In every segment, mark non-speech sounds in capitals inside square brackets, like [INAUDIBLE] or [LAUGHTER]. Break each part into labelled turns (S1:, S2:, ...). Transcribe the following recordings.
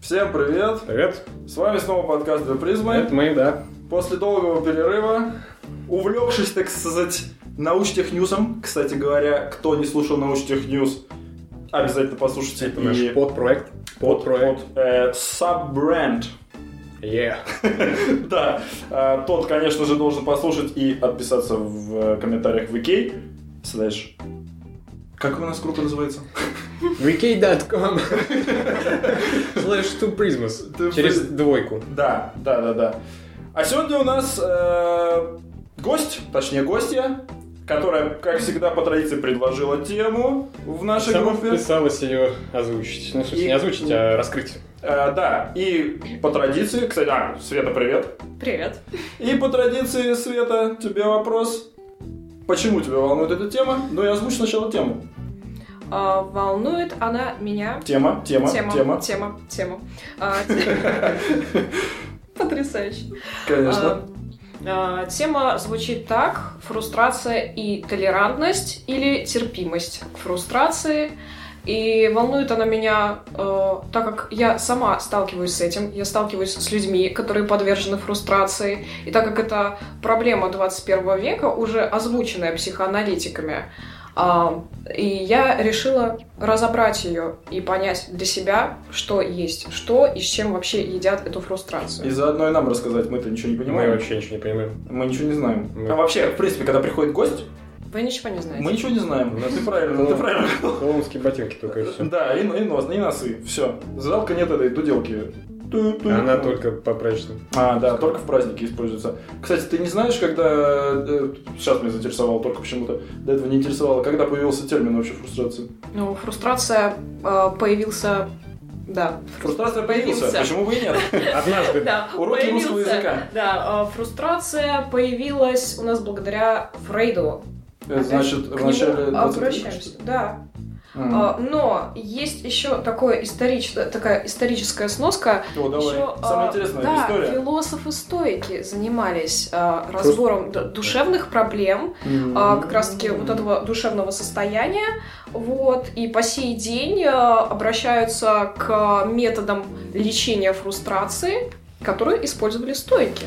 S1: Всем привет!
S2: Привет.
S1: С вами снова подкаст «Две призмы».
S2: Это мы, да.
S1: После долгого перерыва, увлекшись, так сказать, научтехньюсом, кстати говоря, кто не слушал научтехньюс, обязательно послушайте.
S2: Это наш подпроект. Подпроект.
S1: под, э, саббренд. [LAUGHS]
S2: Yeah.
S1: Да, э, тот, конечно же, должен послушать и отписаться в э, комментариях в Икей. Слэш. Как у нас группа называется?
S2: [LAUGHS] Wiki.com Slash two prismas. Через двойку.
S1: Да, да, да, да. А сегодня у нас э, гость, точнее гостья, которая, как всегда, по традиции предложила тему в нашей
S2: Сама
S1: группе.
S2: вписалась ее озвучить. Ну, в смысле,
S1: И-
S2: не озвучить, а раскрыть.
S1: Э, да, и по традиции, кстати, а, Света, привет.
S3: Привет.
S1: И по традиции, Света, тебе вопрос. Почему тебя волнует эта тема? Ну, я озвучу сначала тему.
S3: А, волнует она меня.
S1: Тема, тема, тема.
S3: Тема. Тема. Тема. А, те- Потрясающе.
S1: Конечно.
S3: А, а, Тема звучит так. Фрустрация и толерантность или терпимость к фрустрации. И волнует она меня, э, так как я сама сталкиваюсь с этим, я сталкиваюсь с людьми, которые подвержены фрустрации, и так как это проблема 21 века, уже озвученная психоаналитиками, а, и я решила разобрать ее и понять для себя, что есть, что и с чем вообще едят эту фрустрацию.
S1: И заодно и нам рассказать, мы-то ничего не
S2: Мы
S1: понимаем.
S2: вообще ничего
S1: [LAUGHS]
S2: не понимаем.
S1: Мы ничего не знаем.
S2: Мы-
S1: А вообще, в принципе, когда приходит гость,
S3: Вы ничего не знаете.
S1: мы ничего не знаем.
S2: Ну,
S1: Ты правильно,
S2: ну,
S1: ты правильно.
S2: Клоунские ботинки только и все.
S1: Да, и, и нос, и носы. Все. Задалка нет этой дуделки. Ту-ту.
S2: Она только по праздничным.
S1: А, да, только в празднике используется. Кстати, ты не знаешь, когда... э, сейчас меня заинтересовало только почему-то. До этого не интересовало. Когда появился термин вообще фрустрация?
S3: Ну, фрустрация э, появился... Да.
S1: Фрустрация появился.
S3: Появился.
S1: Почему бы и нет?
S2: Однажды.
S3: Да,
S1: Уроки русского языка.
S3: Да, э, фрустрация появилась у нас благодаря Фрейду.
S1: Это Э, значит, в
S3: Э, К
S1: начале...
S3: нему
S1: 20
S3: обращаемся. Да,
S1: Мгм.
S3: А, Но есть еще такое историч... такая историческая сноска.
S1: О, давай.
S3: Ещё, а,
S1: Самая интересная
S3: да,
S1: история.
S3: философы-стойки занимались а, разбором д- душевных проблем, а, как раз-таки вот этого душевного состояния. Вот, и по сей день а, обращаются к методам лечения фрустрации, которые использовали стойки.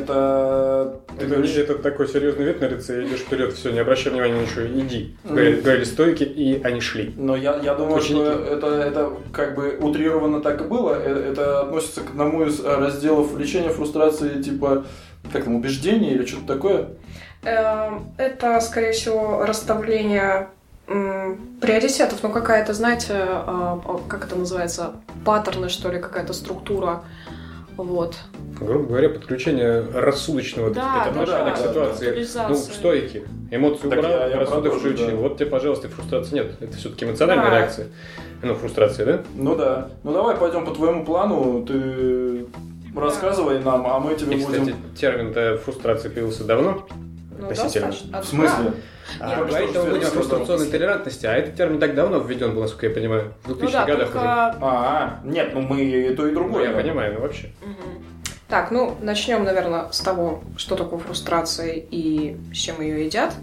S1: Это... Ты
S2: Это,
S1: говоришь...
S2: это такой серьезный вид на лице, идешь вперед, все, не обращай внимания на ничего, иди. Говорили, говорили стойки, и они шли.
S1: Но я, я думаю,
S2: Ученики.
S1: что это, это как бы утрированно так и было. Э, Это относится к одному из э, разделов лечения фрустрации, типа, как там, убеждений или что-то такое.
S3: Эм, Это, скорее всего, расставление м, приоритетов, ну какая-то, знаете, а, а, как это называется, паттерны, что ли, какая-то структура. Вот.
S2: Грубо говоря, подключение рассудочного
S3: Да,
S2: так сказать,
S3: да,
S1: да,
S2: отношения к ситуации. Ну,
S3: Структуризация.
S2: стойки. Эмоции
S1: Так
S2: убрал,
S1: я- я
S2: рассудок
S1: продолжу,
S2: включил.
S1: да.
S2: Вот тебе, пожалуйста, и фрустрации нет. Это все-таки эмоциональная
S3: Да.
S2: реакция. Ну, фрустрация, да?
S1: Ну да. Ну давай пойдем по твоему плану. Ты рассказывай нам, а мы тебе
S2: И,
S1: будем...
S2: кстати, термин-то фрустрация появился давно.
S3: Ну,
S2: Относительно.
S3: достаточно.
S1: В смысле?
S2: А
S1: Только
S2: говорить
S1: что
S2: он будет о
S1: Светочка
S2: фрустрационной
S1: сказала.
S2: толерантности, а этот термин так давно введен был, насколько я понимаю, в
S3: Ну
S2: 2000-х
S3: да,
S2: годах уже.
S3: только...
S1: А, нет, ну мы и то, и
S2: Ну,
S1: другое.
S2: я понимаю, ну вообще.
S3: Мгм. Так, ну, начнем, наверное, с того, что такое фрустрация и с чем ее едят.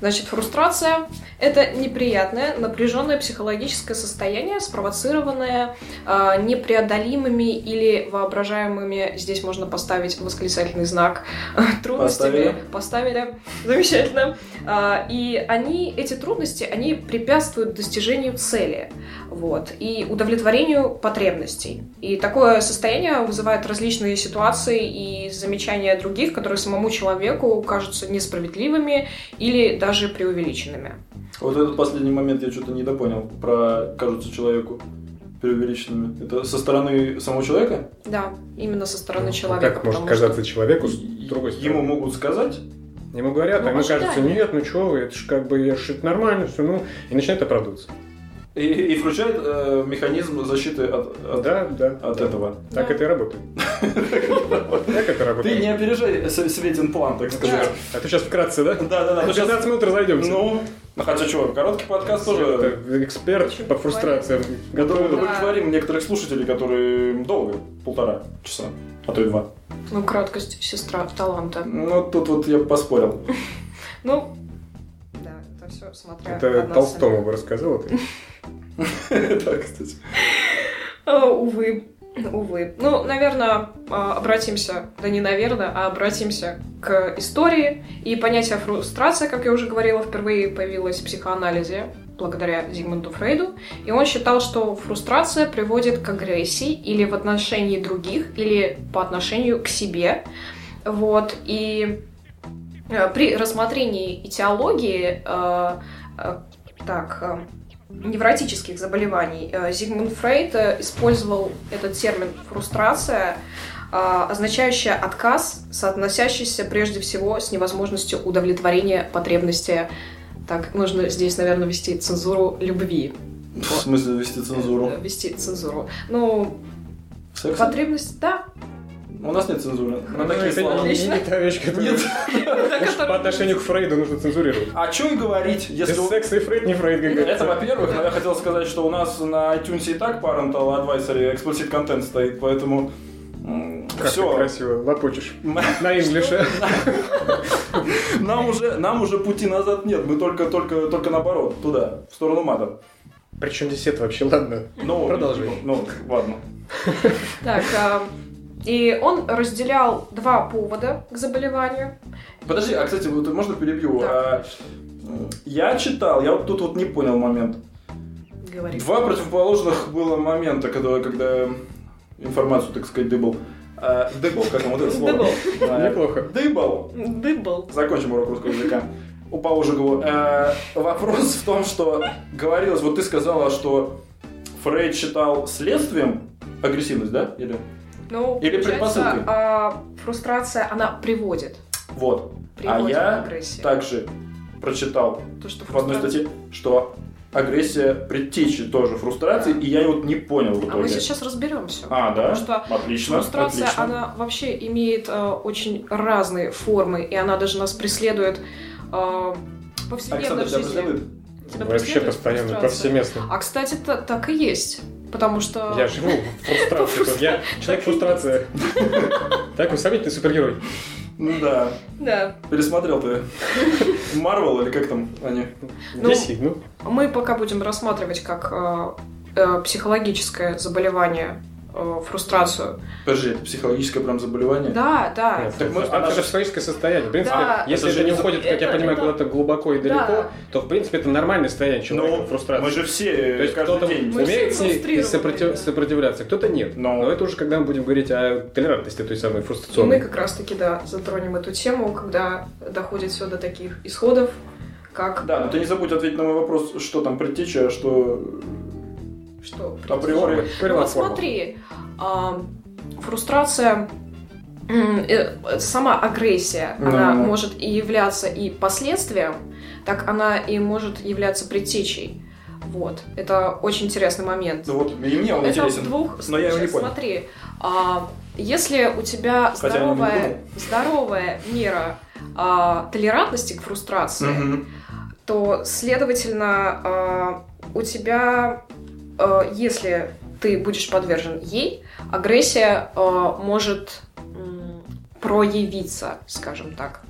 S3: Значит, фрустрация – это неприятное, напряженное психологическое состояние, спровоцированное э, непреодолимыми или воображаемыми, здесь можно поставить восклицательный знак, [LAUGHS] трудностями. Поставили. Замечательно. А, и они, эти трудности, они препятствуют достижению цели вот, и удовлетворению потребностей. И такое состояние вызывает различные ситуации и замечания других, которые самому человеку кажутся несправедливыми или даже преувеличенными.
S1: Вот этот последний момент я что-то недопонял про кажутся человеку преувеличенными. Это со стороны самого человека?
S3: Да, именно со стороны
S2: Ну,
S3: человека.
S2: Как может
S3: потому
S2: казаться человеку с
S1: И-
S2: другой стороны?
S1: Ему могут сказать,
S2: Ему говорят,
S3: Ну,
S2: а ему кажется,
S3: ожидание.
S2: нет, ну чего вы, это же как бы, я ж это нормально, все, ну, и начинает оправдываться.
S1: И, и включает э, механизм защиты от, от,
S2: Да, да.
S1: от
S2: да.
S1: этого.
S2: Так
S3: Да.
S2: это
S1: [LAUGHS]
S2: и работает. Так это работает.
S1: Ты не опережай с- Светин план, так сказать.
S2: А ты сейчас вкратце, да?
S1: Да, да,
S2: На 15 минут разойдемся.
S1: Ну, ну, хотя чего, короткий подкаст тоже
S2: Это эксперт
S3: Очень
S2: по фрустрациям.
S1: готов
S2: Готовы?
S1: удовлетворим некоторых слушателей, которые долго, полтора часа, а то и два.
S3: что- Ну, краткость сестра таланта.
S1: Ну, тут вот я поспорил. [LAUGHS]
S3: Ну, да, это все смотря
S2: Это
S3: от нас.
S1: Ну,
S2: Толстому бы рассказал. это.
S1: Да, кстати.
S3: А, увы. увы. Ну, наверное, а, обратимся, да не наверное, а обратимся к истории. И понятие фрустрация, как я уже говорила, впервые появилось в психоанализе благодаря Зигмунду Фрейду. И он считал, что фрустрация приводит к агрессии или в отношении других, или по отношению к себе. Вот. И э, при рассмотрении этиологии э, э, так, э, невротических заболеваний. Э, Зигмунд Фрейд э, использовал этот термин «фрустрация», э, означающая отказ, соотносящийся прежде всего с невозможностью удовлетворения потребности. Так, нужно здесь, наверное, вести цензуру любви.
S1: В смысле вести цензуру?
S3: Э, Вести цензуру. Ну,
S1: Секс?
S3: потребность, да.
S1: У нас нет цензуры. На такие
S2: Ну, это
S1: слова.
S2: не-
S3: Отлично.
S2: не та вещь, которую-
S1: Нет.
S2: Уж [LAUGHS] [LAUGHS] По отношению к Фрейду нужно цензурировать.
S1: А чё и говорить, если...
S2: Без
S1: у-
S2: секса и Фрейд не Фрейд, как
S1: Это,
S2: говорится.
S1: во-первых, но я хотел сказать, что у нас на iTunes и так Parental Advisory Explicit Content стоит, поэтому...
S2: Как ты
S1: Все.
S2: красиво лопочешь. На инглише.
S1: [LAUGHS] Нам уже, нам уже пути назад нет, мы только, только, только наоборот, туда, в сторону мата.
S2: Причем здесь это вообще, ладно.
S1: Ну,
S2: Продолжай.
S1: Ну, ладно.
S3: Так, а, и он разделял два повода к заболеванию.
S1: Подожди, а, кстати, вот можно перебью?
S3: Да.
S1: А, я читал, я вот тут вот не понял момент.
S3: Говори.
S1: Два противоположных было момента, когда, когда информацию, так сказать, дыбал. А, дыбал, как вам вот это слово?
S3: Дыбал.
S1: А,
S2: Неплохо.
S1: Дыбал.
S3: Дыбл.
S1: Закончим урок русского языка. По Ожегову. Э, вопрос в том, что говорилось, вот ты сказала, что Фрейд считал следствием агрессивность, да? Или
S3: Ну,
S1: Или
S3: получается,
S1: предпосылки.
S3: а, фрустрация, она приводит.
S1: вот.
S3: приводит
S1: А я
S3: к агрессии.
S1: Также прочитал
S3: То, что
S1: в одной
S3: фрустрация-
S1: статье, что агрессия предтечи тоже фрустрации, и я вот не понял в
S3: А мы
S1: итоге.
S3: сейчас разберемся.
S1: А, да?
S3: Потому что
S1: отлично.
S3: Фрустрация,
S1: отлично.
S3: она вообще имеет э, очень разные формы, и она даже нас преследует э, повседневно
S1: Александр
S3: в
S1: тебя
S3: жизни.
S1: преследует?
S3: Тебя
S2: Вообще
S3: преследует
S2: постоянно,
S3: фрустрация?
S2: повсеместно.
S3: А, кстати, та- так и есть. Потому что...
S2: Я живу в фрустрации. тут. Я человек фрустрация.
S3: [LAUGHS]
S2: Так, сомнительный супергерой.
S1: Ну да.
S3: Да.
S1: Пересмотрел ты. [LAUGHS] Марвел или как там они?
S3: Ну,
S2: DC, ну.
S3: Мы пока будем рассматривать как э, э, психологическое заболевание э, фрустрацию.
S1: Подожди, это психологическое прям заболевание?
S3: Да, да.
S2: Нет,
S1: Так мы-
S2: это
S1: она
S2: же
S1: же-
S2: психологическое состояние. В принципе,
S3: Да.
S1: Это
S2: если это
S1: же
S2: не
S1: не-
S2: уходит, как я
S3: это-
S2: понимаю,
S3: это-
S2: куда-то глубоко и далеко,
S3: Да.
S2: то, в принципе, это нормальное состояние человека,
S1: Ну,
S2: фрустрация.
S1: мы же все э,
S2: То есть
S1: каждый
S2: кто-то
S1: день. Ну.
S3: Мы
S2: умеет с
S3: все
S2: ней
S3: фрустрированы,
S2: сопротив-
S3: да.
S2: сопротивляться, кто-то нет.
S1: Но.
S2: Но это уже когда мы будем говорить о толерантности той самой
S3: И мы
S2: фрустрационной.
S3: как раз-таки, да, затронем эту тему, когда доходит все до таких исходов, как...
S1: Да, но ты не забудь ответить на мой вопрос, что там предтеча, а что...
S3: Что?
S1: априори.
S3: Ну,
S2: Первая
S3: вот
S2: форма.
S3: смотри, а, фрустрация, м, э, сама агрессия,
S1: Ну.
S3: она может и являться и последствием, так она и может являться предтечей. Вот, это очень интересный момент.
S1: Ну вот, и мне он
S3: это в
S1: интересен.
S3: двух
S1: но я его не
S3: случаях.
S1: понял.
S3: Смотри, а, если у тебя
S1: Хотя я не
S3: здоровая, здоровая мера а, толерантности к фрустрации,
S1: Мгм.
S3: то, следовательно, а, у тебя, а, если ты будешь подвержен ей, агрессия а, может м, проявиться, скажем так.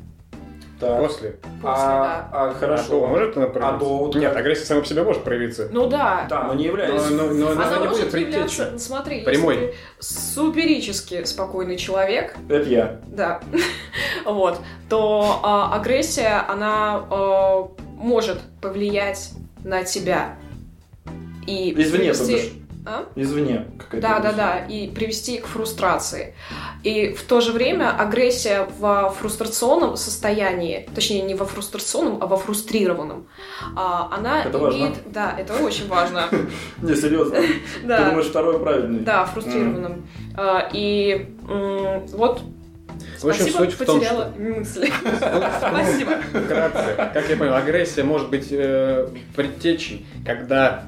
S1: Так.
S2: После.
S3: после,
S1: А,
S3: да.
S1: а,
S2: А то
S1: хорошо.
S2: может она проявиться?
S1: А то вот
S2: Нет,
S1: как?
S2: агрессия сама по себе может проявиться.
S3: Ну да.
S1: Да, но не является.
S2: Но, но- но
S3: Она,
S2: она не
S3: может
S2: будет предтечей.
S3: являться, ну, смотри, если
S2: Прямой.
S3: ты суперически спокойный человек,
S1: Это я.
S3: да, [LAUGHS] вот, то а, агрессия, она а, может повлиять на тебя. И
S1: Извне,
S3: привести-
S1: подожди.
S3: А?
S1: Извне. какая-то
S3: Да, да,
S1: вещь.
S3: да, и привести к фрустрации. И в то же время агрессия во фрустрационном состоянии, точнее не во фрустрационном, а во фрустрированном, а, она
S1: Это важно.
S3: имеет, да, это очень
S1: [LAUGHS]
S3: важно,
S1: Не, серьезно. Ты
S3: [LAUGHS] да,
S1: думаешь, второй правильный?
S3: да, фрустрированном. А, И м, вот.
S2: В общем,
S3: Спасибо,
S2: суть в том,
S3: потеряла
S2: что...
S3: мысли.
S2: [LAUGHS]
S3: Спасибо.
S2: Вкратце, как я понял, агрессия может быть э, предтечей, когда...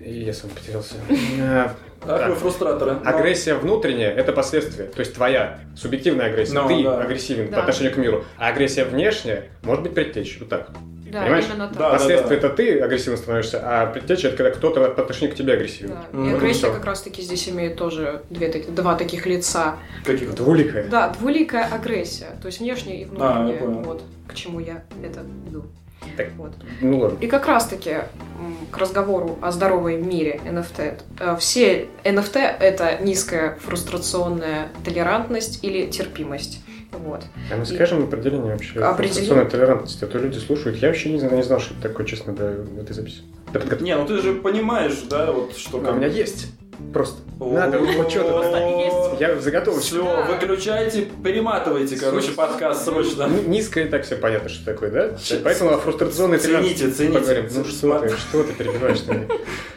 S2: Я сам потерялся.
S3: [LAUGHS]
S2: Э,
S1: Ах, вы фрустраторы. Но-
S2: Агрессия внутренняя – это последствие, то есть твоя субъективная агрессия,
S1: Ну,
S2: ты
S1: да.
S2: агрессивен
S3: Да.
S2: по отношению к миру, а агрессия внешняя может быть предтечей, вот так.
S3: Да,
S2: Понимаешь?
S3: именно
S1: Да,
S3: так.
S2: Последствия это ты агрессивно становишься, а предтеча – это когда кто-то по отношению к тебе агрессивен.
S3: Да.
S1: М,
S3: И
S1: вот
S3: агрессия
S2: Ну, всё.
S3: как раз-таки здесь имеет тоже две таки- два таких лица.
S1: Каких?
S2: Двуликая.
S3: Да, двуликая агрессия, то есть внешняя и
S1: А, я
S3: внутренняя.
S1: понял.
S3: вот к чему я это веду.
S2: Так.
S3: Вот.
S2: Ну ладно.
S3: И как раз-таки м, к разговору о здоровой мире NFT. Э, Все NFT — это низкая фрустрационная толерантность или терпимость. Вот.
S2: А мы
S3: И-
S2: скажем определение вообще
S3: Определение.
S2: фрустрационной толерантности, а то люди слушают. Я вообще не знал, не знал, что это такое, честно, до этой записи. До подготовки.
S1: Не, ну ты же понимаешь, да, вот что
S2: А У меня есть. Просто. Надо, вот что-то.
S1: Вот.
S2: Я в заготовочке.
S1: Все, выключайте, перематывайте, короче,
S2: Слушай.
S1: подкаст срочно.
S2: Ну, Низко и так все понятно, что такое, да?
S1: Щас.
S2: Поэтому о фрустрационной толерантности
S1: Цените, цените.
S2: поговорим. Ну что ты,
S1: Смотри.
S2: что ты перебиваешь меня?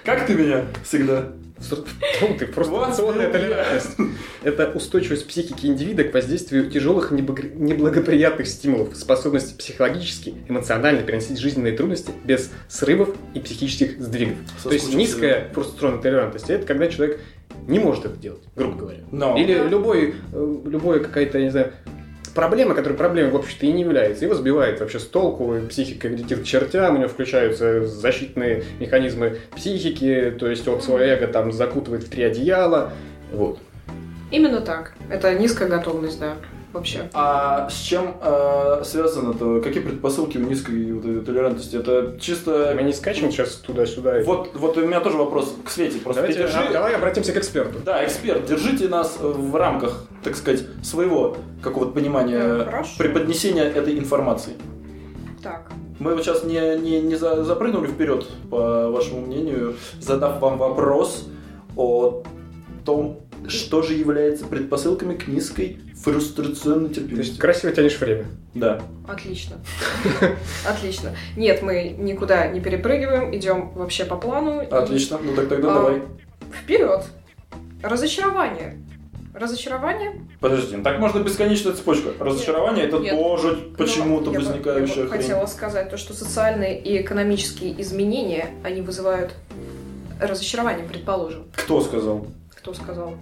S1: Как ты меня всегда?
S2: Фрустрационный- Фрустрационная
S1: Вот ты,
S2: толерантность. Это устойчивость психики индивида к воздействию тяжелых неблаго- неблагоприятных стимулов, способность психологически, эмоционально переносить жизненные трудности без срывов и психических сдвигов. То есть
S1: Соскучился.
S2: низкая фрустрационная толерантность – это когда человек не может это делать, грубо говоря.
S1: Но.
S2: Или любой, э, любой какая-то, я не знаю, проблема, которая проблемой, в общем-то, и не является. Его сбивает вообще с толку, и психика летит к чертям, у него включаются защитные механизмы психики, то есть он свое эго там закутывает в три одеяла. Вот.
S3: Именно так. Это низкая готовность, да, вообще.
S1: А с чем э, связано то? Какие предпосылки у низкой вот этой толерантности? Это
S2: Мы
S1: чисто...
S2: не скачем сейчас туда-сюда.
S1: Вот, вот у меня тоже вопрос к Свете. Просто
S2: Давайте,
S1: ты держи-
S2: а, давай обратимся к эксперту.
S1: Да, эксперт, держите нас э, в рамках, так сказать, своего какого-то понимания
S3: Да,
S1: э,
S3: хорошо.
S1: преподнесения этой информации.
S3: Так.
S1: Мы вот сейчас не, не, не за- запрыгнули вперед, по вашему мнению, задав вам вопрос о том, что же является предпосылками к низкой фрустрационной
S2: То есть
S1: терпимости.
S2: красиво тянешь время.
S1: Да. [LAUGHS]
S3: Отлично. Отлично. Нет, мы никуда не перепрыгиваем, идем вообще по плану. и
S1: Отлично. Ну так тогда
S3: А.
S1: давай.
S3: Вперед. Разочарование. Разочарование
S1: Подожди, ну так можно бесконечная цепочка. Разочарование это
S3: Нет.
S1: тоже почему-то
S3: Но Ну, я бы- я
S1: возникающая
S3: бы
S1: хрень.
S3: хотела сказать то, что социальные и экономические изменения, они вызывают разочарование, предположим.
S1: Кто сказал?
S3: Кто сказал?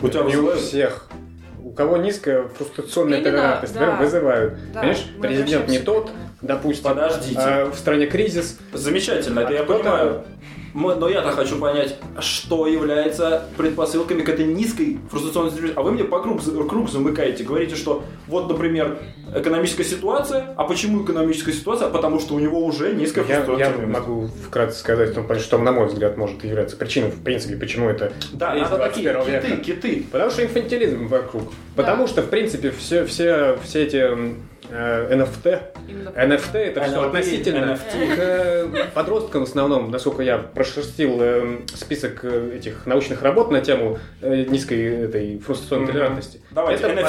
S1: У тебя
S2: не у
S1: вызывает?
S2: всех. У кого низкая фрустрационная
S3: Именно,
S2: толерантность,
S3: да.
S2: вызывают.
S3: Да,
S2: Понимаешь,
S3: мы
S2: президент не
S3: обращаемся к
S2: тот,
S3: этому.
S2: допустим,
S1: Подождите.
S2: а в стране кризис,
S1: Замечательно, это
S2: А
S1: я
S2: кто-то-
S1: понимаю. М- Но я-то хочу понять, что является предпосылками к этой низкой фрустрационной ситуации. А вы мне по круг, за- круг замыкаете. Говорите, что вот, например, экономическая ситуация. А почему экономическая ситуация? А Потому что у него уже низкая
S2: Я, я
S1: фрустрационная ситуация.
S2: могу вкратце сказать, в том плане, что, на мой взгляд, может являться причиной, в принципе, почему это.
S1: Да,
S2: Из
S1: надо такие
S2: 21
S1: киты,
S2: века.
S1: киты.
S2: Потому что инфантилизм вокруг.
S3: Да.
S2: Потому что, в принципе, все, все, все эти м, э, NFT,
S3: Именно
S2: NFT это все
S1: NFT,
S2: относительно
S1: NFT.
S2: к э, подросткам в основном, насколько я прошерстил э, список э, этих научных работ на тему э, низкой этой фрустрационной
S1: Мгм.
S2: толерантности.
S1: Давайте,
S2: это
S1: NFT.
S2: по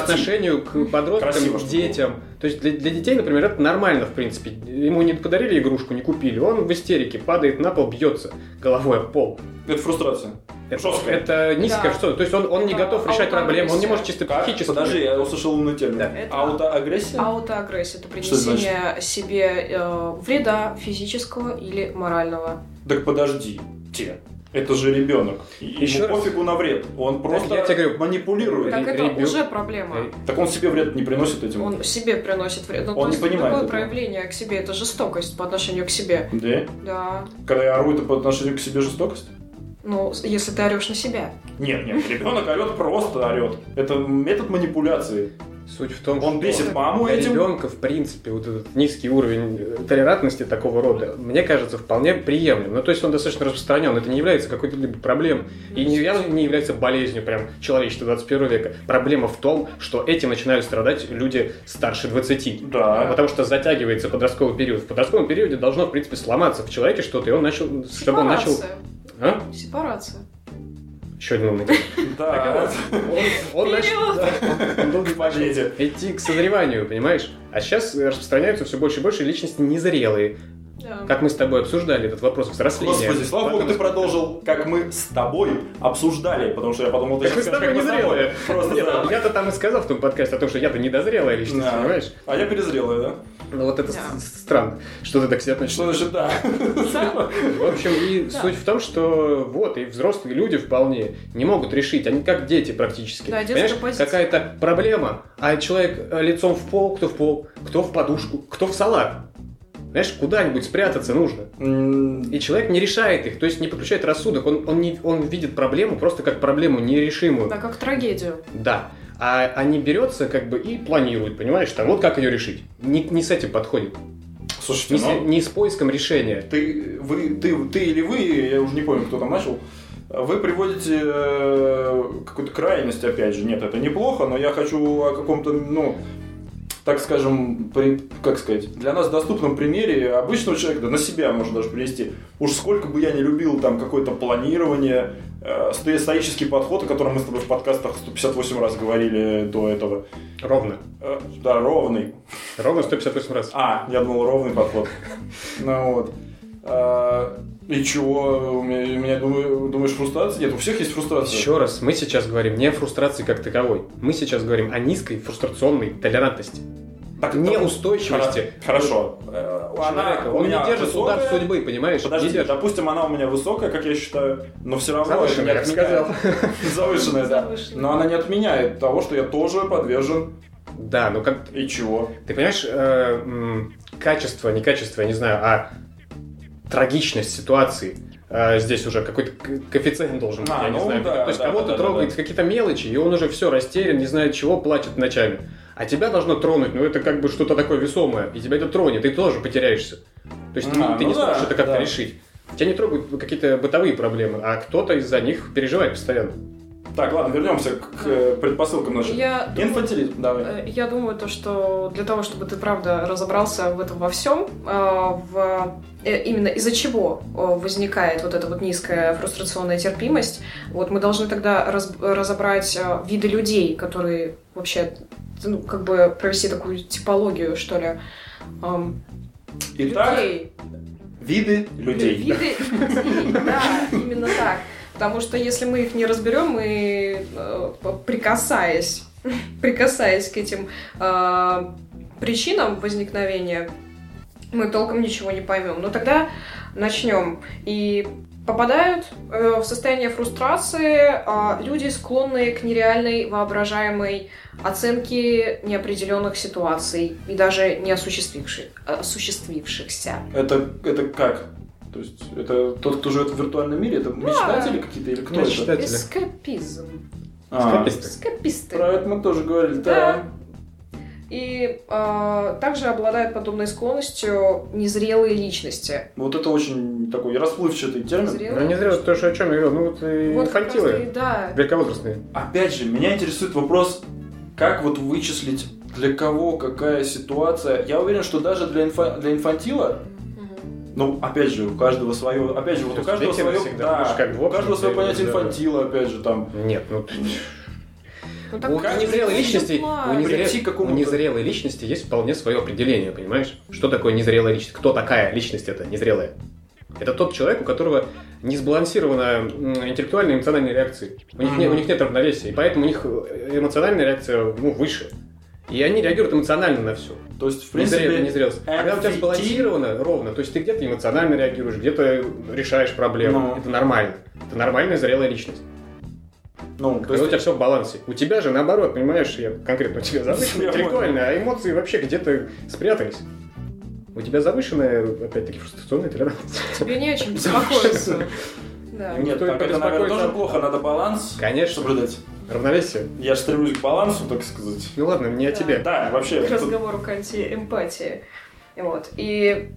S1: [LAUGHS]
S2: отношению к подросткам,
S1: Красиво,
S2: к
S1: чтобы
S2: детям. То есть для, для детей, например, это нормально, в принципе. Ему не подарили игрушку, не купили. Он в истерике падает на пол, бьется головой об пол.
S1: Это фрустрация.
S2: Это,
S1: Жесткая.
S2: это низкое
S3: Да. А
S2: что-то. То есть он, он не
S3: Это
S2: готов решать
S3: аутоагрессия.
S2: проблемы, он не может чисто
S1: Как?
S2: психически.
S1: Подожди, я услышал умный термин.
S2: Да.
S3: Это-
S1: Аутоагрессия?
S3: Аутоагрессия – это
S1: Что это значит?
S3: принесение себе э, вреда физического или морального.
S1: Так подожди, те. Это же ребенок.
S2: Еще
S1: Еще
S2: раз.
S1: пофигу на вред. Он просто
S2: я тебе говорю,
S1: манипулирует.
S2: Ре-
S3: Так это
S2: ребё-
S3: уже проблема.
S1: Так он себе вред не приносит этим?
S3: Он себе приносит вред. Ну,
S1: Он не
S3: то есть
S1: понимает этого.
S3: такое проявление к себе – это жестокость по отношению к себе.
S1: Да?
S3: Да.
S1: Когда я ору, это по отношению к себе жестокость?
S3: Ну, с- если ты орешь на себя.
S1: Нет, нет, ребенок орет просто орет. Это метод манипуляции.
S2: Суть в том,
S1: Он
S2: Ну что
S1: бесит маму
S2: для
S1: этим.
S2: ребенка, в принципе, вот этот низкий уровень э, толерантности такого рода, мне кажется, вполне приемлем. Ну, то есть он достаточно распространен, это не является какой-то либо проблемой. И не, явно не является болезнью прям человечества 21 века. Проблема в том, что этим начинают страдать люди старше 20.
S1: Да.
S2: Потому что затягивается подростковый период. В подростковом периоде должно, в принципе, сломаться в человеке что-то, и он начал, чтобы он начал...
S3: Сепарация.
S2: А?
S3: Сепарация.
S2: Еще один умный.
S1: [LAUGHS]
S2: а
S1: Да.
S2: Он начал... Он должен
S1: К победе.
S2: идти к созреванию, понимаешь? А сейчас распространяются все больше и больше личности незрелые.
S3: Да.
S2: Как мы с тобой обсуждали этот вопрос взросления.
S1: Господи, слава богу, ты продолжил, как мы с тобой обсуждали, потому что я подумал, ты
S2: Как мы с
S1: сейчас
S2: тобой незрелые.
S1: Просто [LAUGHS]
S2: Нет,
S1: да.
S2: Я-то там и сказал в том подкасте о том, что я-то недозрелая личность,
S1: Да.
S2: понимаешь?
S1: А я перезрелая, да?
S2: Ну вот это
S3: Да.
S2: с- странно, что ты так себя относишь.
S1: Что значит да?
S2: В общем, и
S3: Да.
S2: суть в том, что вот, и взрослые люди вполне не могут решить, они как дети практически.
S3: Да, детская
S2: Понимаешь,
S3: позиция.
S2: какая-то проблема, а человек э, лицом в пол, кто в пол, кто в подушку, кто в салат. Знаешь, куда-нибудь спрятаться нужно.
S1: М,
S2: И человек не решает их, то есть не подключает рассудок, он, он, не, он видит проблему просто как проблему нерешимую.
S3: Да, как трагедию.
S2: Да. А они берется как бы и планирует, понимаешь, там вот как ее решить. Не, не с этим подходит. Не,
S1: Слушайте,
S2: с,
S1: ну,
S2: не с поиском решения.
S1: ты, вы, ты, ты или вы, я уже не помню, кто там начал, вы приводите э, какую-то крайность, опять же. Нет, это неплохо, но я хочу о каком-то, ну, так скажем, при- как сказать, для нас доступном примере обычного человека, да на себя можно даже привести. Уж сколько бы я не любил там какое-то планирование, э, сто- стоический подход, о котором мы с тобой в подкастах 158 раз говорили до этого.
S2: Ровно.
S1: Э, да, ровный.
S2: Ровно 158 раз.
S1: А, я думал, ровный подход. Ну вот. А, И чего? У меня, у меня, думаю, думаешь, фрустрации нет? У всех есть фрустрация.
S2: Еще раз, мы сейчас говорим не о фрустрации как таковой. Мы сейчас говорим о низкой фрустрационной толерантности.
S1: Так,
S2: Неустойчивости.
S1: хора- Хорошо. Э,
S2: Человека.
S1: у
S2: Он
S1: меня
S2: не держит
S1: высокая-
S2: удар судьбы, понимаешь? Не
S1: Подожди,
S2: держит.
S1: допустим, она у меня высокая, как я считаю, но все равно
S2: Завышенная, я бы
S1: это не отменяет.
S2: сказал.
S1: [LAUGHS] Завышенная, да.
S3: Завышенная.
S1: Но она не отменяет того, что я тоже подвержен.
S2: Да, ну как
S1: И чего?
S2: Ты понимаешь, э, м, качество, не качество, я не знаю, а трагичность ситуации. э, здесь уже какой-то к- коэффициент должен быть,
S1: А,
S2: я не
S1: ну
S2: знаю.
S1: да,
S2: То есть
S1: да,
S2: кого-то
S1: да, да,
S2: трогает
S1: да.
S2: какие-то мелочи, и он уже все растерян, не знает чего, плачет ночами. А тебя должно тронуть, ну это как бы что-то такое весомое, и тебя это тронет, и ты тоже потеряешься. То есть ты,
S1: А,
S2: ты
S1: ну
S2: не сможешь
S1: да,
S2: это как-то
S1: да.
S2: решить. Тебя не трогают какие-то бытовые проблемы, а кто-то из-за них переживает постоянно.
S1: Так, ладно, вернемся к э, предпосылкам нашим.
S3: Я думаю-
S1: Инфантилизм, давай.
S3: Э, Я думаю, то, что для того, чтобы ты правда разобрался в этом во всем, э, в, э, именно из-за чего э, возникает вот эта вот низкая фрустрационная терпимость, вот мы должны тогда раз- разобрать э, виды людей, которые вообще, ну, как бы провести такую типологию, что ли, эм,
S1: Итак,
S3: людей.
S1: виды людей.
S3: Виды людей, да, именно так. Потому что если мы их не разберем, мы э, п- прикасаясь, прикасаясь к этим э, причинам возникновения, мы толком ничего не поймем. Но тогда начнем. И попадают э, в состояние фрустрации э, люди, склонные к нереальной воображаемой оценке неопределенных ситуаций и даже не осуществивши- осуществившихся.
S1: Это, это как? То есть это тот, кто живет в виртуальном мире, это мечтатели какие-то или кто это?
S2: Мечта- Читатели.
S3: Эскапизм.
S1: А,
S2: Скописты.
S3: Эскаписты.
S1: про это мы тоже говорили,
S3: Да.
S1: да.
S3: И э, также обладают подобной склонностью незрелые личности.
S1: Вот это очень такой расплывчатый термин.
S3: Незрелые
S2: Ну не зря
S3: личности.
S2: то, что о чем я говорил, ну вот и
S3: Вот как раз
S2: инфантилы,
S3: и да.
S2: великовозрастные.
S1: Опять же, меня интересует вопрос, как вот вычислить для кого какая ситуация. Я уверен, что даже для, инфа- для инфантила,
S3: Мгм.
S1: ну, опять же, у каждого свое, опять же, вот у
S2: Сейчас
S1: каждого
S2: дети
S1: свое,
S2: навсегда,
S1: да,
S2: потому что как бы в
S1: у каждого
S2: обществе
S1: свое понятие
S2: это-
S1: инфантила, опять же, там.
S2: Нет, ну ты-
S3: Ну,
S2: у
S1: как
S2: незрелой
S1: прийти
S2: личности,
S3: к
S2: у, незре-
S1: прийти к какому-то-
S2: у незрелой личности есть вполне свое определение, понимаешь? Что такое незрелая личность? Кто такая личность эта незрелая? Это тот человек, у которого не сбалансирована м, интеллектуальная и эмоциональная реакция. У них, не-
S1: Мгм.
S2: у них нет равновесия, и поэтому у них э, эмоциональная реакция ну, выше. И они реагируют эмоционально на все.
S1: То есть, в
S2: В принципе,
S1: принципе,
S2: незрелость. А когда у тебя
S1: MVT
S2: сбалансировано ровно, то есть ты где-то эмоционально реагируешь, где-то решаешь проблему.
S1: Ну.
S2: Это нормально. Это нормальная зрелая личность.
S1: ну, то
S2: Когда у тебя
S1: есть,
S2: все в балансе. У тебя же наоборот, понимаешь, я конкретно у тебя завышенная
S1: Я
S2: интеллектуальная, а эмоции вообще где-то спрятались. У тебя завышенная, опять-таки, фрустрационная толерантность.
S3: Тебе не о
S2: [LAUGHS]
S3: чем беспокоиться. Да.
S1: нет,
S2: Кто
S1: так это, наверное,
S2: беспокоится?
S1: тоже плохо, надо баланс
S2: Конечно,
S1: соблюдать.
S2: равновесие.
S1: Я же стремлюсь к балансу, так сказать.
S2: Ну ладно, не о
S3: Да.
S2: тебе.
S1: Да, вообще.
S3: к разговору к антиэмпатии. Вот. И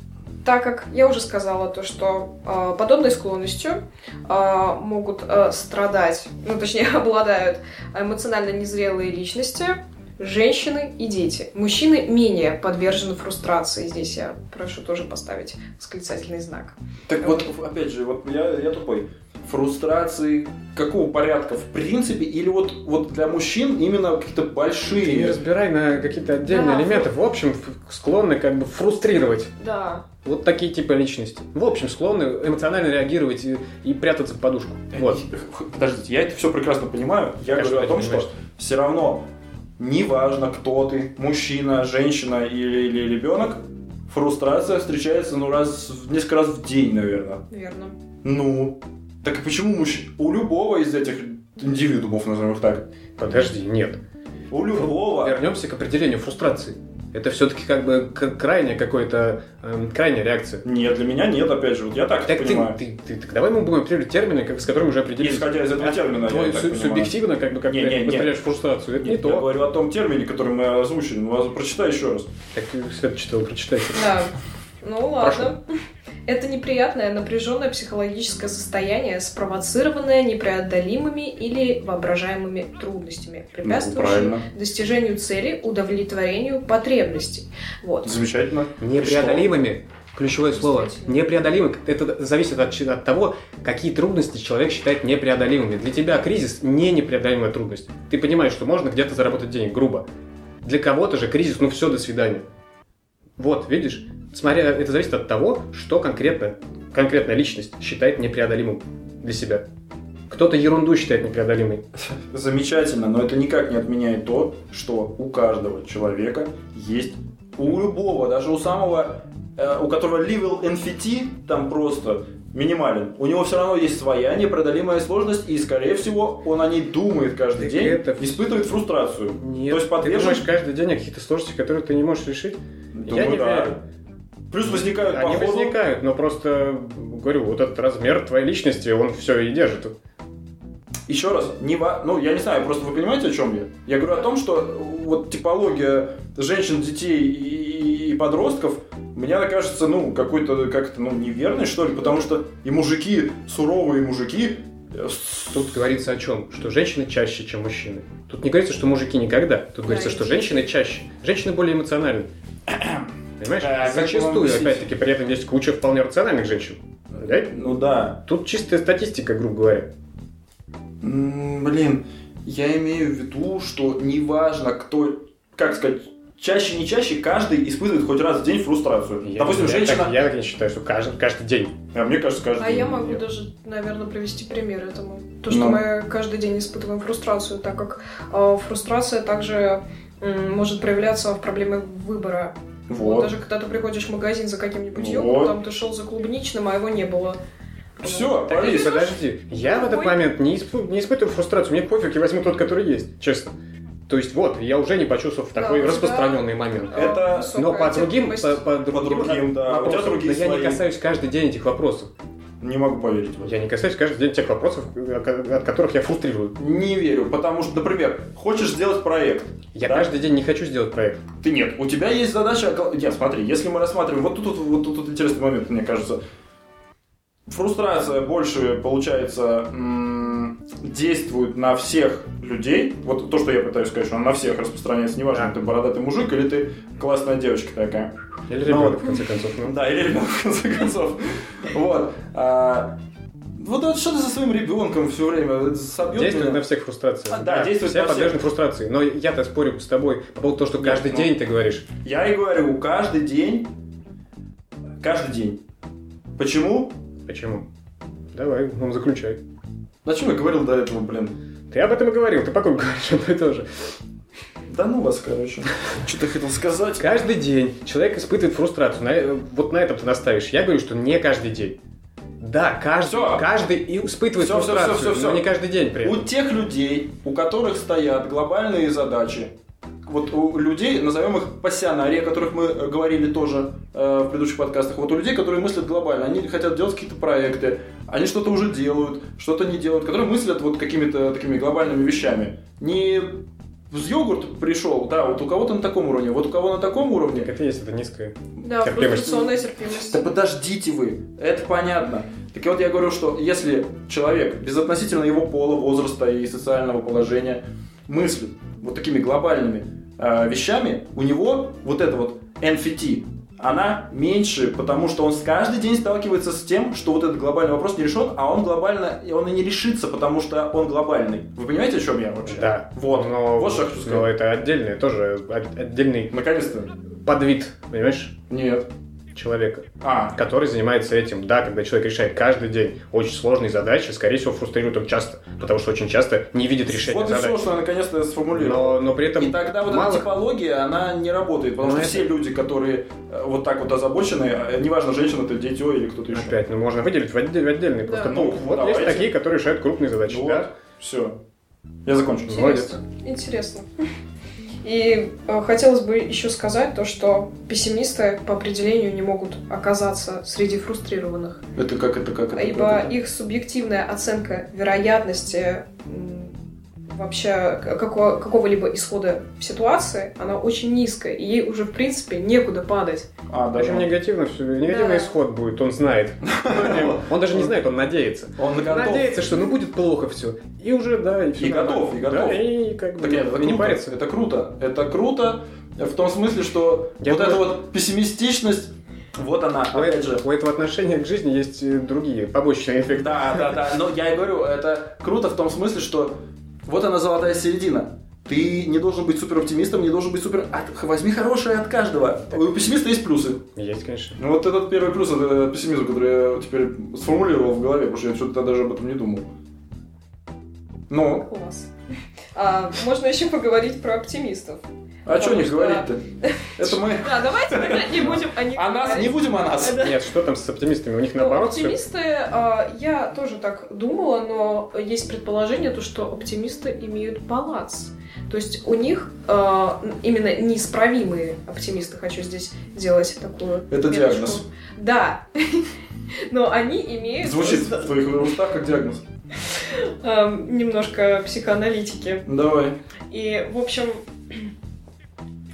S3: так как я уже сказала то, что э, подобной склонностью э, могут э, страдать, ну точнее [LAUGHS] обладают эмоционально незрелые личности, женщины и дети. Мужчины менее подвержены фрустрации. Здесь я прошу тоже поставить восклицательный знак.
S1: Так вот, опять же, вот я, я тупой. Фрустрации какого порядка, в принципе, или вот, вот для мужчин именно какие-то
S2: Ты не
S1: большие...
S2: разбирай на какие-то отдельные
S3: Да.
S2: элементы. В общем, ф- склонны как бы фрустрировать
S3: Да.
S2: вот такие типы личности. В общем, склонны эмоционально реагировать и, и прятаться в подушку. Вот.
S1: Подождите, я это все прекрасно понимаю. Э, Я говорю
S2: Конечно,
S1: о
S2: это
S1: том,
S2: понимаешь.
S1: что все равно, неважно, кто ты, мужчина, женщина или, или ребенок, фрустрация встречается, ну, раз, в- несколько раз в день, наверное.
S3: Верно.
S1: Ну, так и почему мужч... у любого из этих индивидуумов, назовем их так,
S2: Подожди, нет.
S1: у любого
S2: Вернемся к определению фрустрации. Это все-таки как бы к- крайняя какой-то эм, крайняя реакция.
S1: Нет, для меня нет, опять же, вот я так, это
S2: Так ты,
S1: понимаю.
S2: ты- ты- так давай мы будем определять термины, как, с которыми уже определились.
S1: Исходя из этого термина,
S2: Твою
S1: я так
S2: су-
S1: понимаю.
S2: субъективно, как бы как
S1: Не,
S2: ты
S1: не, не.
S2: воспринимаешь фрустрацию. Это
S1: Нет,
S2: не
S1: я
S2: то.
S1: говорю о том термине, который мы озвучили. Ну, а прочитай еще раз.
S2: Так ты все это читал, прочитай.
S3: Да. Ну ладно. Это неприятное, напряженное психологическое состояние, спровоцированное непреодолимыми или воображаемыми трудностями,
S2: Ну,
S3: препятствующими
S1: Ну, правильно.
S3: достижению цели, удовлетворению потребностей. Вот. А
S1: Замечательно.
S2: Непреодолимыми. Ключевое слово.
S3: Кстати.
S2: Непреодолимый. Это зависит от, ч- от того, какие трудности человек считает непреодолимыми. Для тебя кризис не непреодолимая трудность. Ты понимаешь, что можно где-то заработать денег, грубо. Для кого-то же кризис, ну все, до свидания. Вот, видишь? Смотря, это зависит от того, что конкретно, конкретная личность считает непреодолимым для себя. Кто-то ерунду считает непреодолимой.
S1: Замечательно, но это никак не отменяет то, что у каждого человека есть, у любого, даже у самого, э, у которого level NFT там просто минимален, у него все равно есть своя непреодолимая сложность, и, скорее всего, он о ней думает каждый
S2: Так
S1: день,
S2: это-
S1: испытывает фрустрацию.
S2: Нет,
S1: То есть
S2: ты
S1: подвержен-
S2: думаешь каждый день о каких-то сложностях, которые ты не можешь решить?
S1: Думаю,
S2: не
S1: да.
S2: верю.
S1: Плюс возникают
S2: Они
S1: по ходу-
S2: возникают, но просто, говорю, вот этот размер твоей личности, он все и держит.
S1: Еще раз, не ва- ну я не знаю, просто вы понимаете, о чем я? Я говорю о том, что э, вот типология женщин, детей и, и подростков, мне она кажется, ну, какой-то как-то, ну, неверной, что ли, потому что и мужики, суровые мужики, э, с-
S2: Тут говорится о чем? Что женщины чаще, чем мужчины. Тут не говорится, что мужики никогда. Тут говорится, что женщины чаще. Женщины более эмоциональны. Понимаешь?
S1: А, как вам
S2: Зачастую,
S1: объяснить?
S2: опять-таки, при этом есть куча вполне рациональных женщин. Да?
S1: ну да,
S2: Тут чистая статистика, грубо говоря.
S1: М, блин, я имею в виду, что неважно, кто, как сказать, чаще, не чаще, каждый испытывает хоть раз в день фрустрацию.
S2: Я-
S1: Допустим,
S2: я
S1: женщина,
S2: так- я так не считаю, что каждый, каждый день.
S1: а мне кажется, каждый
S3: А я
S1: день.
S3: могу
S1: Нет.
S3: даже, наверное, привести пример этому. То, что
S1: Ну.
S3: мы каждый день испытываем фрустрацию, так как э, фрустрация также м, может проявляться в проблеме выбора. Вот
S1: Вот.
S3: Даже когда ты приходишь в магазин за каким-нибудь
S1: Вот.
S3: йогуртом, там ты шел за клубничным, а его не было.
S1: Все,
S2: Так,
S1: повис.
S2: подожди, я в этот
S3: Ой.
S2: момент не, испы- не испытываю фрустрацию, мне пофиг, я возьму тот, который есть, честно. То есть вот, я уже не почувствовал в
S3: Да,
S2: такой
S3: у тебя-
S2: распространенный момент.
S3: Э,
S1: Это-
S3: высокая
S2: Но Ну, по другим,
S3: терпимость.
S2: по, по
S1: По
S2: другим,
S1: другим, да. У тебя
S2: вопросам.
S1: другие
S2: Но я не
S1: свои.
S2: касаюсь каждый день этих вопросов.
S1: Не могу поверить в это.
S2: Я не касаюсь каждый день тех вопросов, э, от которых я фрустрирую.
S1: Не верю, потому что, например, хочешь сделать проект,
S2: Я
S1: Да.
S2: каждый день не хочу сделать проект.
S1: ты нет, у тебя есть задача, около- нет, смотри, если мы рассматриваем, вот тут, вот, тут вот интересный момент, мне кажется, фрустрация больше, получается, м, действует на всех людей, вот то, что я пытаюсь сказать, что она на всех распространяется, неважно,
S2: Да.
S1: ты бородатый мужик или ты классная девочка такая.
S2: Или
S1: Ну,
S2: ребенок, в конце концов. ну.
S1: Да, или ребенок, в конце концов. Вот. А, Вот это что ты со своим ребенком все время собьет
S2: Действует
S1: меня?
S2: на всех фрустрации.
S1: А, да, действует
S2: все
S1: на всех.
S2: подвержены фрустрации. Но я-то спорю с тобой по поводу того, что
S1: Нет,
S2: каждый
S1: ну.
S2: день ты говоришь.
S1: Я и говорю, каждый день, каждый день. Почему?
S2: Почему? Давай, ну, заключай.
S1: На чем я говорил до этого, блин?
S2: Ты об этом и говорил, ты покой говоришь [LAUGHS] одно и то же.
S1: Да ну вас, короче. Что-то хотел сказать.
S2: Каждый день человек испытывает фрустрацию. На- э, вот на этом ты наставишь. Я говорю, что не каждый день. Да, каждый,
S1: Всё.
S2: каждый и испытывает
S1: Всё, всё,
S2: фрустрацию,
S1: всё, всё, всё.
S2: но не каждый день при
S1: У
S2: этом.
S1: тех людей, у которых стоят глобальные задачи, вот у людей, назовем их пассионарии, о которых мы э, говорили тоже э, в предыдущих подкастах, вот у людей, которые мыслят глобально, они хотят делать какие-то проекты, они что-то уже делают, что-то не делают, которые мыслят вот какими-то такими глобальными вещами. Не с йогурт пришел, да, вот у кого-то на таком уровне, вот у кого на таком уровне,
S2: Так это и есть, это низкое.
S3: Да,
S2: терпимость.
S3: фрустрационная терпимость.
S1: Да подождите вы, это понятно. Так вот я говорю, что если человек безотносительно его пола, возраста и социального положения мыслит вот такими глобальными э, вещами, у него вот это вот NFT, она меньше, потому что он с- каждый день сталкивается с тем, что вот этот глобальный вопрос не решен, а он глобально, и он и не решится, потому что он глобальный. Вы понимаете, о чем я вообще?
S2: Да.
S1: Вот.
S2: Но,
S1: Вот что я хочу сказать.
S2: но это отдельное, тоже от- отдельный
S1: Наконец-то.
S2: подвид, понимаешь,
S1: Нет.
S2: человека,
S1: А,
S2: который занимается этим. Да, когда человек решает каждый день очень сложные задачи, скорее всего, фрустрирует он часто, потому что очень часто не видит решения
S1: вот и
S2: задач.
S1: все, что я наконец-то сформулировал.
S2: но, но при этом
S1: И тогда вот
S2: мало-
S1: эта типология, она не работает, потому
S2: Ну,
S1: что
S2: это-
S1: все люди, которые э, вот так вот озабочены, э, неважно, женщина ты, дитё или кто-то еще.
S2: Опять, ну можно выделить в, отде- в отдельный
S3: Да.
S2: просто
S1: Ну,
S2: пункт. Вот
S1: давайте.
S2: есть такие, которые решают крупные задачи.
S1: Ну
S2: да?
S1: Все. Я закончу.
S3: Интересно. Интересно. И э, хотелось бы еще сказать то, что пессимисты по определению не могут оказаться среди фрустрированных.
S1: Это
S3: А
S1: как, это как, это как,
S3: Ибо
S1: это?
S3: их субъективная оценка вероятности м, вообще к- како- какого-либо исхода ситуации, она очень низкая, и ей уже, в принципе, некуда падать.
S1: А, да.
S2: Причем негативно, всё, негативный
S3: Да.
S2: исход будет,
S1: [LAUGHS]
S2: он знает. Он даже не знает, он надеется.
S1: Он готов.
S2: Надеется, что ну будет плохо все. И уже, да, и все.
S1: И готов, и готов.
S2: и как бы
S1: Так нет, это
S2: не
S1: круто.
S2: парится.
S1: Это круто. Это круто в том смысле, что
S2: Я
S1: вот эта
S2: тоже-
S1: вот пессимистичность, вот она,
S2: У,
S1: опять же.
S2: э- у этого отношения к жизни есть э, другие побочные эффекты.
S1: Да, да, да. Но я и говорю, это круто в том смысле, что вот она золотая середина. Ты не должен быть супер оптимистом, не должен быть супер... от- Возьми хорошее от каждого. У пессимиста есть плюсы.
S2: Есть, конечно.
S1: Ну, вот этот первый плюс, это пессимизм, который я теперь сформулировал в голове, потому что я что-то даже об этом не думал. Ну,
S3: Класс. А, можно еще поговорить про оптимистов.
S1: а что о них
S3: Потому что-
S1: говорить-то? Это мы...
S3: Да, давайте тогда А не будем о них
S1: О нас, не
S3: говорить.
S1: будем о нас.
S3: Да.
S2: Нет, что там с оптимистами? У них
S3: Ну,
S2: наоборот все.
S3: оптимисты, а, я тоже так думала, но есть предположение, то, что оптимисты имеют баланс. То есть у них а, н- именно неисправимые оптимисты, хочу здесь делать такую...
S1: Это
S3: меточку.
S1: диагноз.
S3: Да. [LAUGHS] Но они имеют...
S1: Звучит в твоих устах как диагноз.
S3: а, немножко психоаналитики.
S1: Давай.
S3: И, в общем,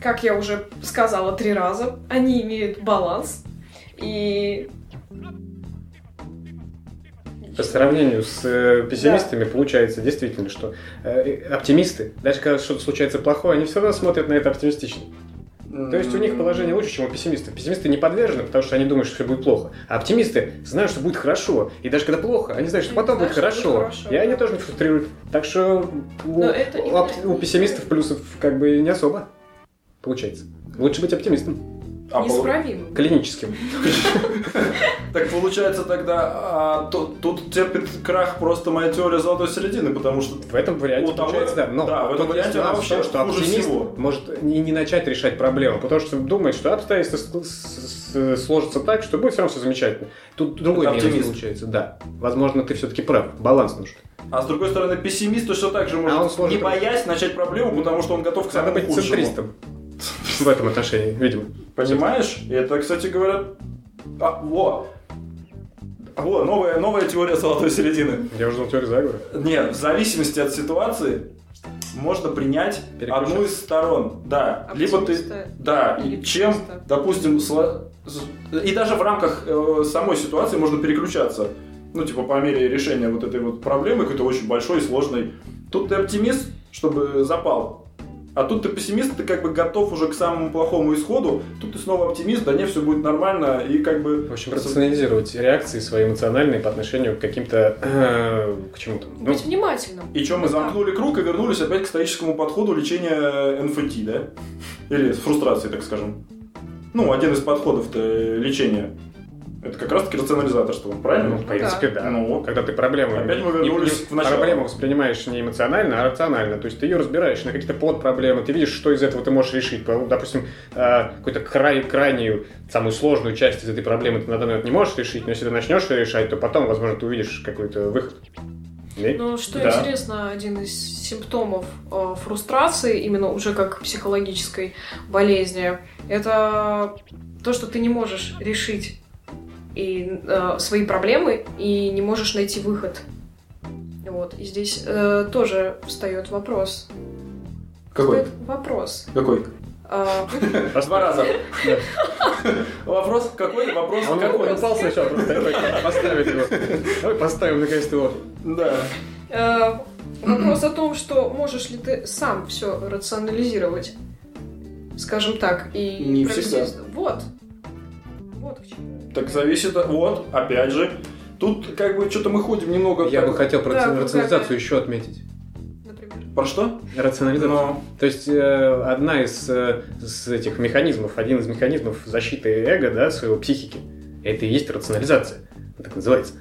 S3: как я уже сказала три раза, они имеют баланс. И
S2: По сравнению с э, пессимистами получается действительно, что э, и оптимисты, даже когда что-то случается плохое, они все равно смотрят на это оптимистично. То есть у них положение лучше, чем у пессимистов. Пессимисты не подвержены, потому что они думают, что все будет плохо. А оптимисты знают, что будет хорошо. И даже когда плохо, они знают, что
S3: Они
S2: потом будет
S3: знают, что
S2: хорошо.
S3: будет хорошо,
S2: И они
S3: да.
S2: тоже не фрустрируют. Так что у,
S3: Но это
S2: у
S3: именно-
S2: опти- у пессимистов плюсов как бы не особо получается. Лучше быть оптимистом.
S1: А, пол-
S3: неисправимы.
S2: Клиническим.
S1: Так получается тогда, а, то- тут терпит крах просто моя теория золотой середины, потому что
S2: В этом варианте
S1: У того-
S2: получается, да. Но
S1: да, в этом
S2: тут есть
S1: варианте она
S2: нюанс в
S1: вообще
S2: том, что
S1: хуже
S2: оптимист
S1: всего.
S2: может и не начать решать проблему, потому что думает, что обстоятельства с- с- с- сложатся так, что будет все равно все замечательно. Тут другой
S1: Это
S2: минус
S1: оптимист.
S2: получается, да. Возможно, ты все-таки прав. Баланс нужен.
S1: А с другой стороны, пессимист точно так же
S2: А он
S1: может,
S2: сложит
S1: не
S2: руки.
S1: боясь, начать проблему, потому что он готов к
S2: Надо
S1: самому
S2: быть
S1: худшему.
S2: центристом в этом отношении, видимо.
S1: Понимаешь? И это, кстати говоря... А, во! Во, новая, новая теория золотой середины.
S2: Я уже теорию заговора.
S1: Нет, в зависимости от ситуации можно принять
S2: Переключаться.
S1: одну из сторон. Да,
S3: А
S1: либо ты...
S3: Оптимисты.
S1: Да, и
S3: Или
S1: чем,
S3: просто.
S1: допустим, сло- с- и даже в рамках э, самой ситуации можно переключаться. Ну, типа, по мере решения вот этой вот проблемы, какой-то очень большой и сложной. Тут ты оптимист, чтобы запал. А тут ты пессимист, ты как бы готов уже к самому плохому исходу. Тут ты снова оптимист, да не, все будет нормально. И как бы...
S2: В общем, рационализировать реакции свои эмоциональные по отношению к каким-то... э, к чему-то. Ну,
S3: Быть внимательным.
S1: И что, мы
S3: Да.
S1: замкнули круг и вернулись опять к стоическому подходу лечения э, НФТ, да? Или с фрустрацией, так скажем. Ну, один из подходов-то э, лечения. Это как раз-таки рационализаторство,
S2: ну,
S1: правильно?
S2: в принципе, да.
S1: Ну вот.
S2: Когда ты проблему...
S1: Опять мы
S2: не-
S1: вернулись
S2: не-
S1: в начало.
S2: Проблему воспринимаешь не эмоционально, а рационально. То есть ты ее разбираешь на какие-то подпроблемы, ты видишь, что из этого ты можешь решить. По- Допустим, э, какую-то край, крайнюю, самую сложную часть из этой проблемы ты на данный момент не можешь решить, но если ты начнешь ее решать, то потом, возможно, ты увидишь какой-то выход. Нет?
S3: Но Ну, что
S1: Да.
S3: интересно, один из симптомов э, фрустрации, именно уже как психологической болезни, это то, что ты не можешь решить и, э, свои проблемы и не можешь найти выход. Вот. И здесь э, тоже встает вопрос.
S1: Какой?
S3: Встает вопрос.
S1: Какой?
S3: Э,
S1: Два раза. Вопрос какой? Вопрос
S2: Он
S1: какой?
S2: упал сначала, просто такой, поставить его. Давай поставим наконец-то его.
S1: Да.
S3: э, вопрос о том, что можешь ли ты сам все рационализировать, скажем так, и
S1: Не
S3: провести-
S1: всегда.
S3: Вот. Вот к чему.
S1: Так зависит от... Вот, опять же. Тут как бы что-то мы ходим немного...
S2: Я
S1: так-
S2: бы хотел про
S3: Да,
S2: рацион-
S3: ну,
S2: рационализацию
S3: какая?
S2: еще отметить.
S3: Например.
S1: Про что?
S2: Рационализацию.
S1: Но-
S2: То есть э, одна из, э, с этих механизмов, один из механизмов защиты эго, да, своего психики, это и есть рационализация. Она Так называется.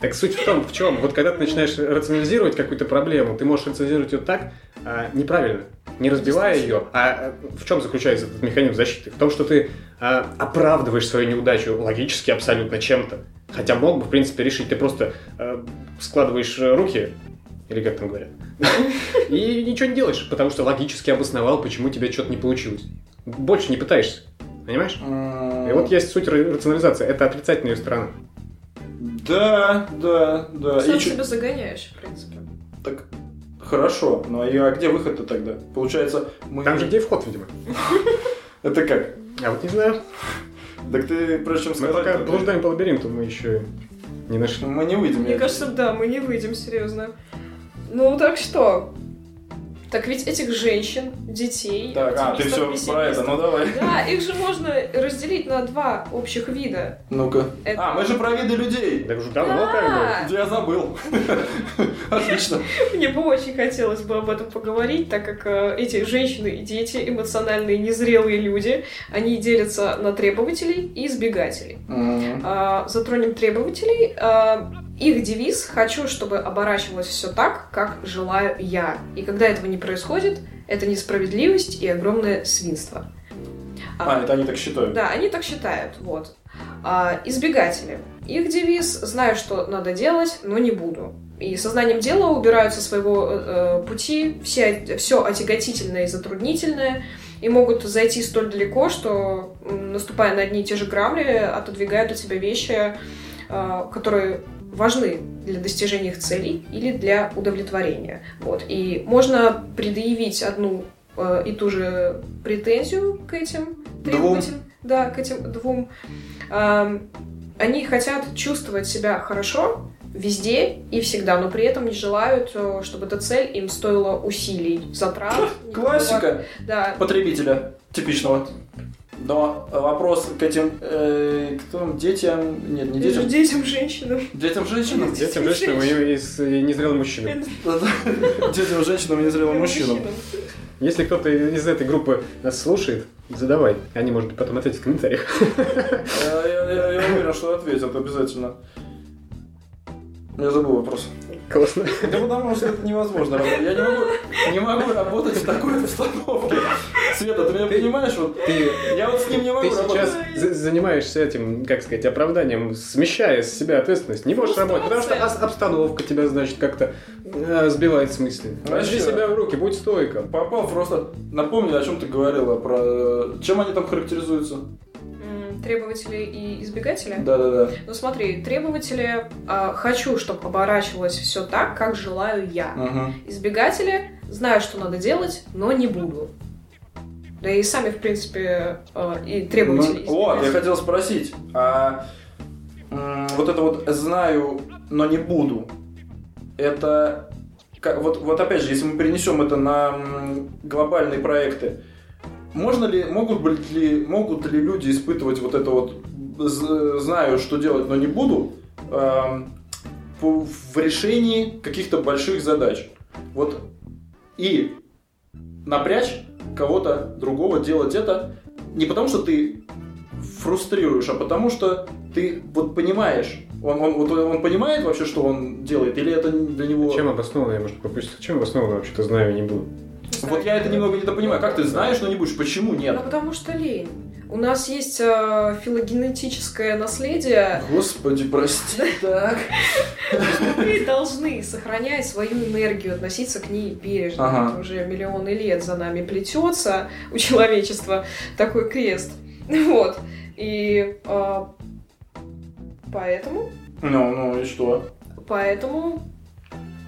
S2: Так суть в том, в чем? Вот когда ты начинаешь рационализировать какую-то проблему, ты можешь рационализировать ее так а, неправильно, не разбивая ее. А э, в чем заключается этот механизм защиты? В том, что ты а, оправдываешь свою неудачу логически абсолютно чем-то. Хотя мог бы, в принципе, решить. Ты просто э, складываешь э, руки, или как там говорят, и ничего не делаешь, потому что логически обосновал, почему тебе что-то не получилось. Больше не пытаешься. Понимаешь? И вот есть суть ра- рационализации. Это отрицательная ее сторона.
S1: Да, да, да. И
S3: Сам
S1: чё-
S3: себя загоняешь, в принципе.
S1: Так Хорошо, но и, а где выход-то тогда? Получается, мы...
S2: Там же где и вход, видимо.
S1: Это как?
S2: Я вот не знаю.
S1: Так ты прежде чем
S2: Мы
S1: сказать...
S2: пока
S1: ты-
S2: блуждаем по лабиринту, мы еще не нашли.
S1: Мы не выйдем.
S3: Мне
S1: я-
S3: кажется, да, мы не выйдем, серьезно. Ну так что? Так ведь этих женщин, детей,
S1: Так, а, ты все
S3: активистов,
S1: про это, ну давай.
S3: пессимистов. типа Да, их же можно разделить на два общих вида.
S1: Ну-ка.
S3: Это-
S1: А, мы же про виды людей.
S2: Так уже давно
S3: Да.
S2: как бы.
S1: Да Я забыл. [LAUGHS] Отлично.
S3: [LAUGHS] Мне бы очень хотелось бы об этом поговорить, так как э, эти женщины и дети, эмоциональные, незрелые люди, они делятся на требователей и избегателей.
S1: М.
S3: А, Затронем требователей. А, Их девиз «хочу, чтобы оборачивалось все так, как желаю я». И когда этого не происходит, это несправедливость и огромное свинство.
S1: А, это они так считают.
S3: Да, они так считают, вот. А, избегатели. Их девиз «знаю, что надо делать, но не буду». И сознанием дела убирают со своего э, э, пути все, все отяготительное и затруднительное, и могут зайти столь далеко, что, м, наступая на одни и те же грабли, отодвигают от себя вещи, э, которые важны для достижения их целей или для удовлетворения. Вот. И можно предъявить одну э, и ту же претензию к этим требователям, да, к этим двум. Эм, они хотят чувствовать себя хорошо везде и всегда, но при этом не желают, э, чтобы эта цель им стоила усилий, затрат.
S1: Классика
S3: никакого- Да,
S1: потребителя типичного. Но э, вопрос к этим э, к там детям, нет, не детям,
S3: детям, женщинам.
S1: детям женщинам, [LAUGHS]
S2: Детям женщинам и с- и э, незрелым мужчинам.
S1: детям женщинам и незрелым мужчинам.
S2: Если кто-то из этой группы нас слушает, задавай. Они, может, быть, потом ответят в комментариях.
S1: Э, Я я- я уверен, что ответят обязательно. Я забыл вопрос.
S2: Классно.
S1: Да потому что это невозможно работать. Я не могу, не могу работать в такой обстановке. Света, ты меня понимаешь? Вот,
S2: Ты,
S1: я вот с ним не могу
S2: ты
S1: работать.
S2: сейчас за- занимаешься этим, как сказать, оправданием, смещая с себя ответственность. Не можешь работать, потому что ос- обстановка тебя, значит, как-то э, сбивает с мысли. Возьми
S1: Вообще.
S2: себя в руки, будь стойком.
S1: Попал просто. Напомни, о чем ты говорила, про э, чем они там характеризуются.
S3: М, Требователи и избегатели?
S1: Да-да-да.
S3: Ну смотри, требователи а, хочу, чтобы оборачивалось все так, как желаю я.
S1: Мгм.
S3: Избегатели знаю, что надо делать, но не буду. Да и сами, в принципе, а, и требователи. и
S1: Ну, вот, я
S3: избегатели.
S1: хотел спросить, а м, вот это вот знаю, но не буду, это как- вот, вот опять же, если мы перенесем это на м, глобальные проекты, можно ли, могут быть ли, могут ли люди испытывать вот это вот з- знаю, что делать, но не буду эм, по- в решении каких-то больших задач. Вот и напрячь кого-то другого делать это не потому, что ты фрустрируешь, а потому что ты вот понимаешь. Он, он, вот он понимает вообще, что он делает, или это для него...
S2: Чем обосновано, я, может, пропустил? Чем обосновано вообще-то знаю и не буду?
S1: Вот я это немного не понимаю. Как ты знаешь, но не будешь? Почему
S3: Ну
S1: нет?
S3: потому что лень. У нас есть а, филогенетическое наследие.
S1: Господи,
S3: [LAUGHS]
S1: прости. Так.
S3: Мы должны сохранять свою энергию, относиться к ней бережно.
S1: Ага.
S3: Это уже миллионы лет за нами плетется у человечества такой крест. [LAUGHS] Вот. И а, поэтому,
S1: Ну, ну и что?
S3: поэтому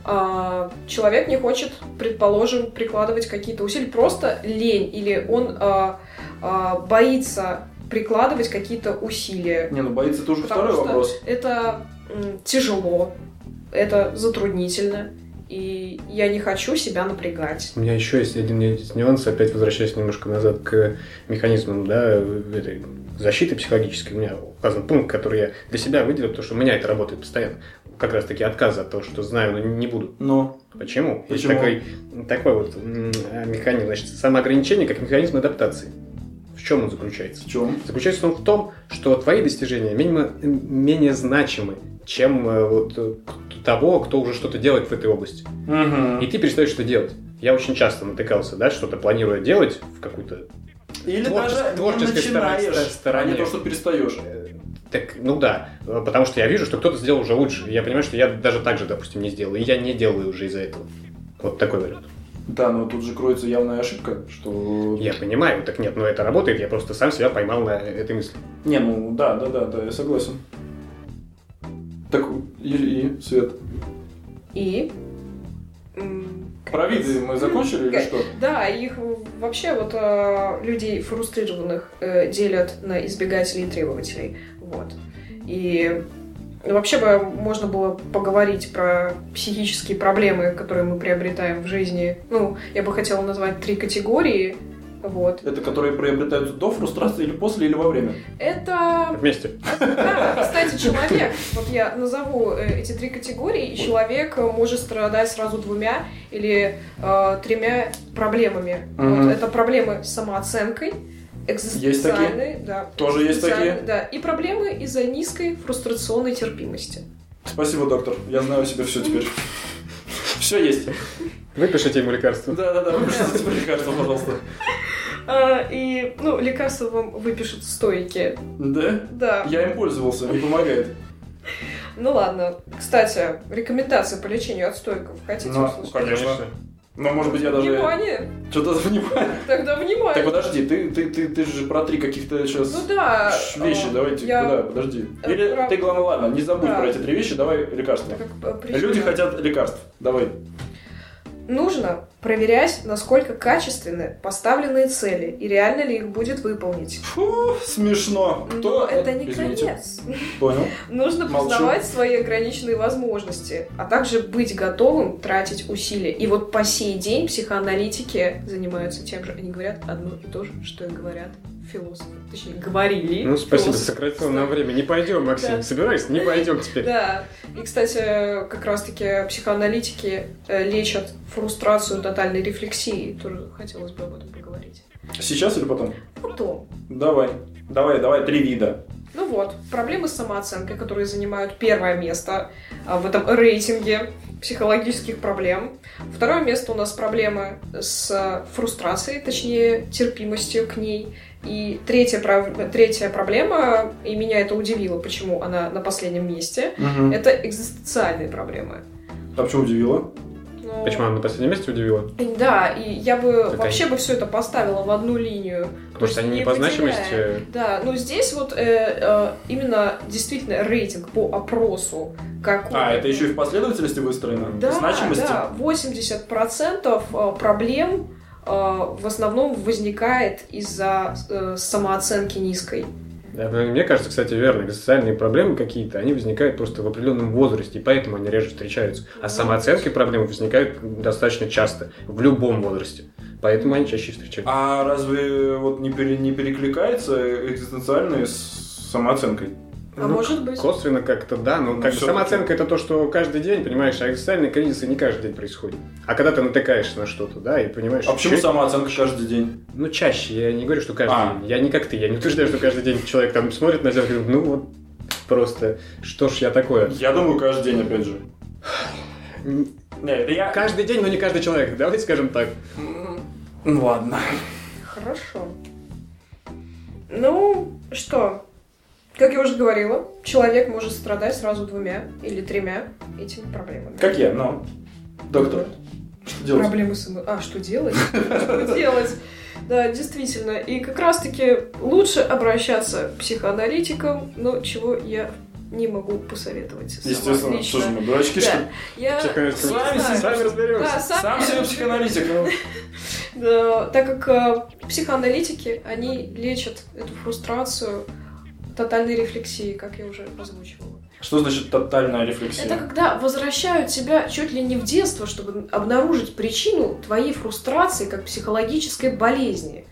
S3: а, человек не хочет, предположим, прикладывать какие-то усилия, просто лень, или он а, а, боится прикладывать какие-то усилия.
S1: Не, ну боится это уже
S3: Потому
S1: второй
S3: что
S1: вопрос.
S3: Это м, тяжело, это затруднительно, и я не хочу себя напрягать.
S2: У меня еще есть один есть нюанс, опять возвращаясь немножко назад к механизмам да, этой защиты психологической. У меня указан пункт, который я для себя выделил, потому что у меня это работает постоянно. Как раз таки отказы от того, что знаю, но не буду.
S1: Ну,
S2: Почему? Есть
S1: Почему?
S2: такой, такой вот м, э, механизм, значит, самоограничение как механизм адаптации. В чем он заключается?
S1: в чем?
S2: Заключается он в том, что твои достижения менее, менее значимы, чем э, вот, э, к- того, кто уже что-то делает в этой области. И
S1: Угу.
S2: ты перестаешь это делать. Я очень часто натыкался, да, что-то планируя делать в какую-то...
S1: Или
S2: Творчес-
S1: даже не
S2: творческой стороне-
S1: начинаешь,
S2: стороне.
S1: а не то, что перестаешь.
S2: э, Так, ну да, э, потому что я вижу, что кто-то сделал уже лучше. Я понимаю, что я даже так же, допустим, не сделал. И я не делаю уже из-за этого. Вот такой вариант.
S1: Да, но тут же кроется явная ошибка, что...
S2: Я понимаю, так нет, но это работает, я просто сам себя поймал на этой мысли.
S1: Не, ну да, да, да, да, я согласен. Так, и, и, Свет,
S3: И м,
S1: Про виды мы закончили или что?
S3: Да, их вообще вот э, людей фрустрированных э, делят на избегателей и требователей. Вот. И вообще бы можно было поговорить про психические проблемы, которые мы приобретаем в жизни. Ну, я бы хотела назвать три категории. Вот.
S1: Это которые приобретаются до фрустрации или после, или во время?
S3: Это,
S2: Вместе.
S3: да, кстати, человек. Вот я назову э, эти три категории, и человек э, может страдать сразу двумя или э, тремя проблемами.
S2: Мгм.
S3: Вот, это проблемы с самооценкой, экзистенциальные, да,
S1: Тоже есть
S3: экзистенциальные,
S1: такие?
S3: да, и проблемы из-за низкой фрустрационной терпимости.
S1: Спасибо, доктор. Я знаю о себе все теперь. Все есть.
S2: Выпишите ему лекарство.
S1: Да, да, да. Выпишите теперь лекарство, пожалуйста.
S3: А, и, ну, лекарства вам выпишут стойки.
S1: Да?
S3: Да.
S1: Я им пользовался, не помогает.
S3: Ну ладно. Кстати, рекомендации по лечению от стойков. Хотите
S1: Ну,
S3: услышать?
S1: Конечно. Но может быть я даже
S3: Внимание!
S1: что-то [LAUGHS] не понимаю.
S3: Тогда внимание!
S1: Так подожди, ты, ты, ты, ты же про три каких-то
S3: Ну
S1: сейчас
S3: да.
S1: вещи,
S3: а,
S1: давайте,
S3: я-
S1: куда, подожди.
S3: Э,
S1: Или
S3: прав-
S1: ты, главное, ладно, не забудь
S3: Да.
S1: про эти три вещи, давай лекарства.
S3: так как, э, причина-
S1: Люди хотят лекарств, давай.
S3: Нужно проверять, насколько качественны поставленные цели и реально ли их будет выполнить.
S1: Фу, смешно. Ну, Кто?
S3: Но это не
S1: Извините.
S3: конец. [LAUGHS]
S1: Понял.
S3: Нужно
S1: Молчу.
S3: признавать свои ограниченные возможности, а также быть готовым тратить усилия. И вот по сей день психоаналитики занимаются тем же. Они говорят одно и то же, что и говорят философы. Точнее, говорили.
S2: Ну, спасибо,
S3: философы.
S2: сократил нам время. Не пойдем, Максим.
S3: Да.
S2: Собирайся, не пойдем теперь.
S3: Да. И, кстати, как раз-таки психоаналитики э, лечат фрустрацию тотальной рефлексии. Тоже хотелось бы об этом поговорить.
S1: Сейчас или потом?
S3: Потом.
S1: Давай. Давай, давай, три вида.
S3: Ну вот, проблемы с самооценкой, которые занимают первое место а, в этом рейтинге психологических проблем. Второе место у нас проблемы с а, фрустрацией, точнее, терпимостью к ней. И третья, прав- третья проблема, и меня это удивило, почему она на последнем месте, это экзистенциальные проблемы.
S1: А почему удивило?
S3: Но-
S2: Почему она на последнем месте удивила?
S3: Да, и я бы
S1: а
S2: они-
S3: вообще бы все это поставила в одну линию.
S2: Потому что они не
S3: не
S2: по
S3: выделяем.
S2: значимости.
S3: Да, но здесь вот э, э, именно действительно рейтинг по опросу. Как
S1: А, это еще и в последовательности выстроено?
S3: да,
S1: Значимости?
S3: Да, 80% э, проблем э, в основном возникает из-за э, самооценки низкой.
S2: Да, ну, Мне кажется, кстати, верно. Социальные проблемы какие-то, они возникают просто в определенном возрасте, и поэтому они реже встречаются. А
S3: Ну.
S2: с самооценкой проблемы возникают достаточно часто, в любом возрасте. Поэтому они чаще встречаются.
S1: А разве вот не, пере- не перекликается экзистенциальные с самооценкой?
S3: А
S2: Ну,
S3: может быть...
S2: Косвенно как-то, да, но
S1: Ну,
S2: как бы
S1: всё-таки.
S2: самооценка это то, что каждый день, понимаешь, а экзистенциальные кризисы не каждый день происходят. А когда ты натыкаешься на что-то, да, и понимаешь...
S1: А почему
S2: чё-
S1: самооценка каждый день?
S2: Ну, чаще, я не говорю, что каждый
S1: А.
S2: день. Я не как ты, я не утверждаю, что каждый день человек там смотрит на себя и говорит, ну вот, просто, что ж я такое.
S1: Я думаю, каждый день, опять же.
S2: М,
S1: Не, это я...
S2: Каждый день, но не каждый человек, давайте скажем так.
S1: М, Ну ладно.
S3: Хорошо. Ну, что? Как я уже говорила, человек может страдать сразу двумя или тремя этими проблемами.
S1: Как я, но... Доктор, что делать?
S3: Проблемы с эмо- А, что делать? Что делать? Да, действительно. И как раз-таки лучше обращаться к психоаналитикам, но чего я не могу посоветовать. сама
S1: Естественно,
S3: лично.
S1: что же мы, дурачки, что ли?
S3: Да, я...
S2: Психоаналитик.
S3: не
S1: Сами
S3: знаю.
S2: Сами разберемся.
S3: Да, сам-
S1: Сам себе психоаналитик. ну.
S3: Да, так как э, психоаналитики, они лечат эту фрустрацию тотальной рефлексии, как я уже озвучивала.
S1: Что значит тотальная
S3: Это
S1: рефлексия?
S3: когда возвращают тебя чуть ли не в детство, чтобы обнаружить причину твоей фрустрации как психологической болезни.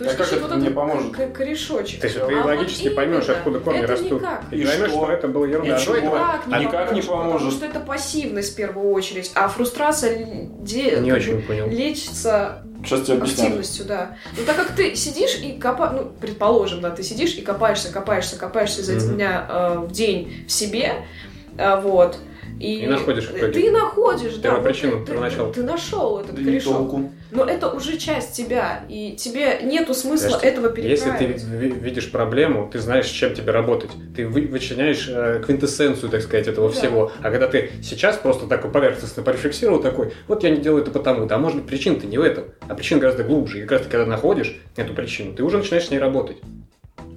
S1: А как это мне поможет?
S3: Как корешочек.
S2: То есть
S1: А
S2: ты
S3: вот
S2: логически поймешь,
S3: именно.
S2: откуда корни
S3: Это
S2: растут.
S3: никак.
S2: И
S1: И
S2: поймешь,
S1: что?
S2: что это было ерунда.
S1: И
S2: До этого
S3: Никак
S1: А никак не
S3: Потому
S1: поможет.
S3: что это пассивность в первую очередь, а фрустрация л- де-
S2: не
S3: как
S2: очень
S3: бы
S2: понял.
S3: лечится
S1: Сейчас тебе объясняю.
S3: активностью, да. Ну так как ты сидишь и копаешь, ну, предположим, да, ты сидишь и копаешься, копаешься, копаешься изо
S2: Мгм.
S3: дня э, в день в себе, э, вот. И,
S2: И находишь в итоге.
S3: Ты находишь, да.
S2: Первую
S3: вот
S2: причину
S3: ты,
S2: первоначала.
S3: ты, ты нашел этот
S1: Да и
S3: корешок.
S1: толку.
S3: Но это уже часть тебя, и тебе нету смысла
S2: Подожди,
S3: этого
S2: Если ты
S3: перекраивать.
S2: ви- видишь проблему, ты знаешь, с чем тебе работать. Ты вы- вычленяешь э, квинтэссенцию, так сказать, этого
S3: Да.
S2: всего. А когда ты сейчас просто такой поверхностно порефлексировал, такой, вот я не делаю это потому, да, может быть, причина-то не в этом, а причина гораздо глубже. И как раз ты, когда находишь эту причину, ты уже начинаешь с ней работать.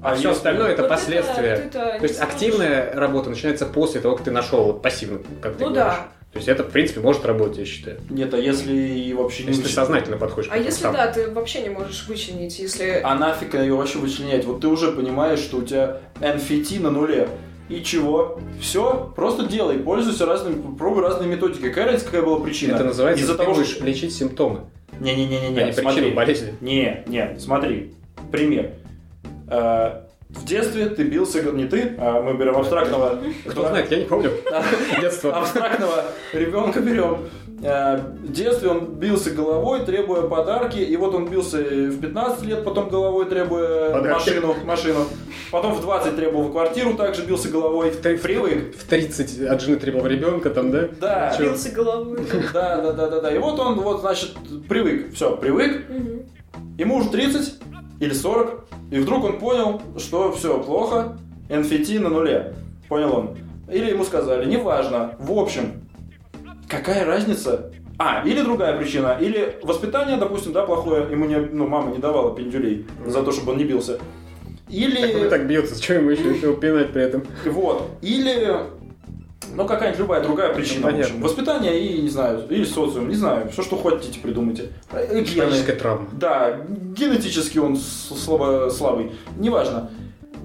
S2: А, все
S1: если-
S2: остальное это
S3: Вот
S2: последствия.
S3: ты-то
S2: То есть
S3: не сможешь.
S2: активная работа начинается после того, как ты нашел вот пассивно, как ты
S3: Ну
S2: говоришь.
S3: да.
S2: То То есть это, в принципе, может работать, я считаю.
S1: Нет, а если вообще не
S2: Если ты
S1: вычленить?
S2: сознательно подходишь к
S3: А
S2: этому
S3: если
S2: сам.
S3: да, ты вообще не можешь вычленить, если...
S1: А нафиг ее вообще вычленять? Вот ты уже понимаешь, что у тебя NFT на нуле. И чего? Все, просто делай, пользуйся разными, пробуй разные методики. Какая разница, какая была причина?
S2: Это называется,
S1: Из-за
S2: ты
S1: того,
S2: будешь
S1: что...
S2: лечить симптомы,
S1: Не-не-не-не,
S2: а не
S1: смотри.
S2: причину болезни.
S1: Не, не, смотри. Пример. Э, в детстве ты бился, не ты, а мы берем абстрактного...
S2: Кто знает, я не
S3: [LAUGHS]
S2: помню. Детство.
S1: Абстрактного ребенка берем. Э, В детстве он бился головой, требуя подарки. И вот он бился и в 15 лет, потом головой требуя
S2: Подарки.
S1: машину, машину. Потом в 20 требовал квартиру, также бился головой.
S2: три-
S1: Привык.
S2: В 30 от жены требовал ребенка там, да?
S1: Да.
S2: А, Чё?
S3: Бился головой.
S2: [LAUGHS]
S1: Да, да, да, да, да. И вот он, вот, значит, привык. Все, привык.
S3: Мгм.
S1: Ему уже 30 или 40, и вдруг он понял, что все плохо, NFT на нуле. Понял он. Или ему сказали, неважно. В общем, какая разница? А, или другая причина, или воспитание, допустим, да, плохое, ему не, ну, мама не давала пендюлей за то, чтобы он не бился.
S2: Так ну, он и
S1: Или,
S2: так бьется, что ему еще
S1: [LAUGHS]
S2: еще упинать при этом?
S1: вот, или, ну, какая-нибудь любая другая причина, в
S2: понятно.
S1: общем. Воспитание и, не знаю, или социум, не знаю, все, что хотите, придумайте. Э, гены.
S2: Паническая травма.
S1: Да, генетически он с- слабо, слабый, неважно.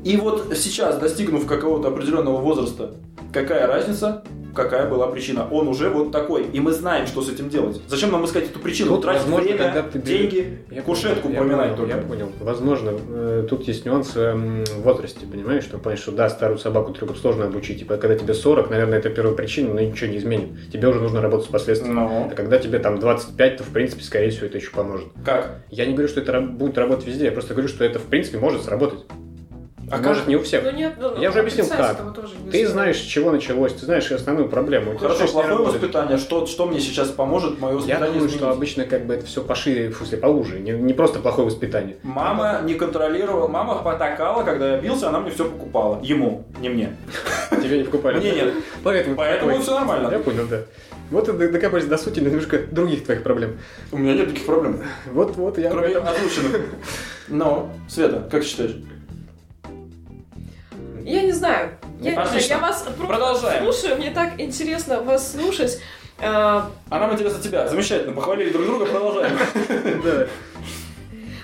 S1: И вот сейчас, достигнув какого-то определенного возраста, какая разница, какая была причина? Он уже вот такой, и мы знаем, что с этим делать. Зачем нам искать эту причину?
S2: Тут,
S1: Тратить
S2: возможно,
S1: время,
S2: когда ты бери-
S1: деньги,
S2: Я
S1: кушетку
S2: понял, я
S1: поминать
S2: понял,
S1: только.
S2: Я понял. Возможно, э, тут есть нюанс э, м, в возрасте, понимаешь? Что понимаешь, что да, старую собаку трюкам сложно обучить. Типа, когда тебе 40, наверное, это первая причина, но ничего не изменит. Тебе уже нужно работать с последствиями.
S1: Ну,
S2: А когда тебе там 25, то, в принципе, скорее всего, это еще поможет.
S1: как?
S2: Я не говорю, что это раб- будет работать везде, я просто говорю, что это, в принципе, может сработать.
S1: А
S2: может,
S1: как?
S2: не у всех.
S3: Ну нет, ну,
S2: Я уже объяснил,
S3: отрицать
S2: как.
S3: этого тоже не
S2: Ты
S3: стоит.
S2: знаешь, с чего началось, ты знаешь основную проблему. у тебя
S1: Хорошо,
S2: что-то не
S1: плохое
S2: работает.
S1: воспитание. Что, что мне сейчас поможет мое
S2: Я
S1: воспитание
S2: думаю, что
S1: изменить?
S2: обычно как бы это все пошире, в смысле, поуже, не, не просто плохое воспитание.
S1: Мама не контролировала, мама потакала, когда я бился, она мне все покупала. Ему, не мне.
S2: Тебе не покупали.
S1: Мне нет.
S2: Поэтому,
S1: Поэтому
S2: Ой,
S1: все нормально.
S2: Я понял, да. Вот и докопались до сути немножко других твоих проблем.
S1: У меня нет таких проблем.
S2: Вот, вот я.
S1: Кроме озвученных. Но, Света, как считаешь?
S3: Я не знаю. Я, не знаю,
S1: Ну, Отлично.
S3: я вас просто
S1: Продолжаем.
S3: слушаю, мне так интересно вас слушать. Э,
S1: А нам интересно тебя. Замечательно. Похвалили друг друга, продолжаем.
S2: Да.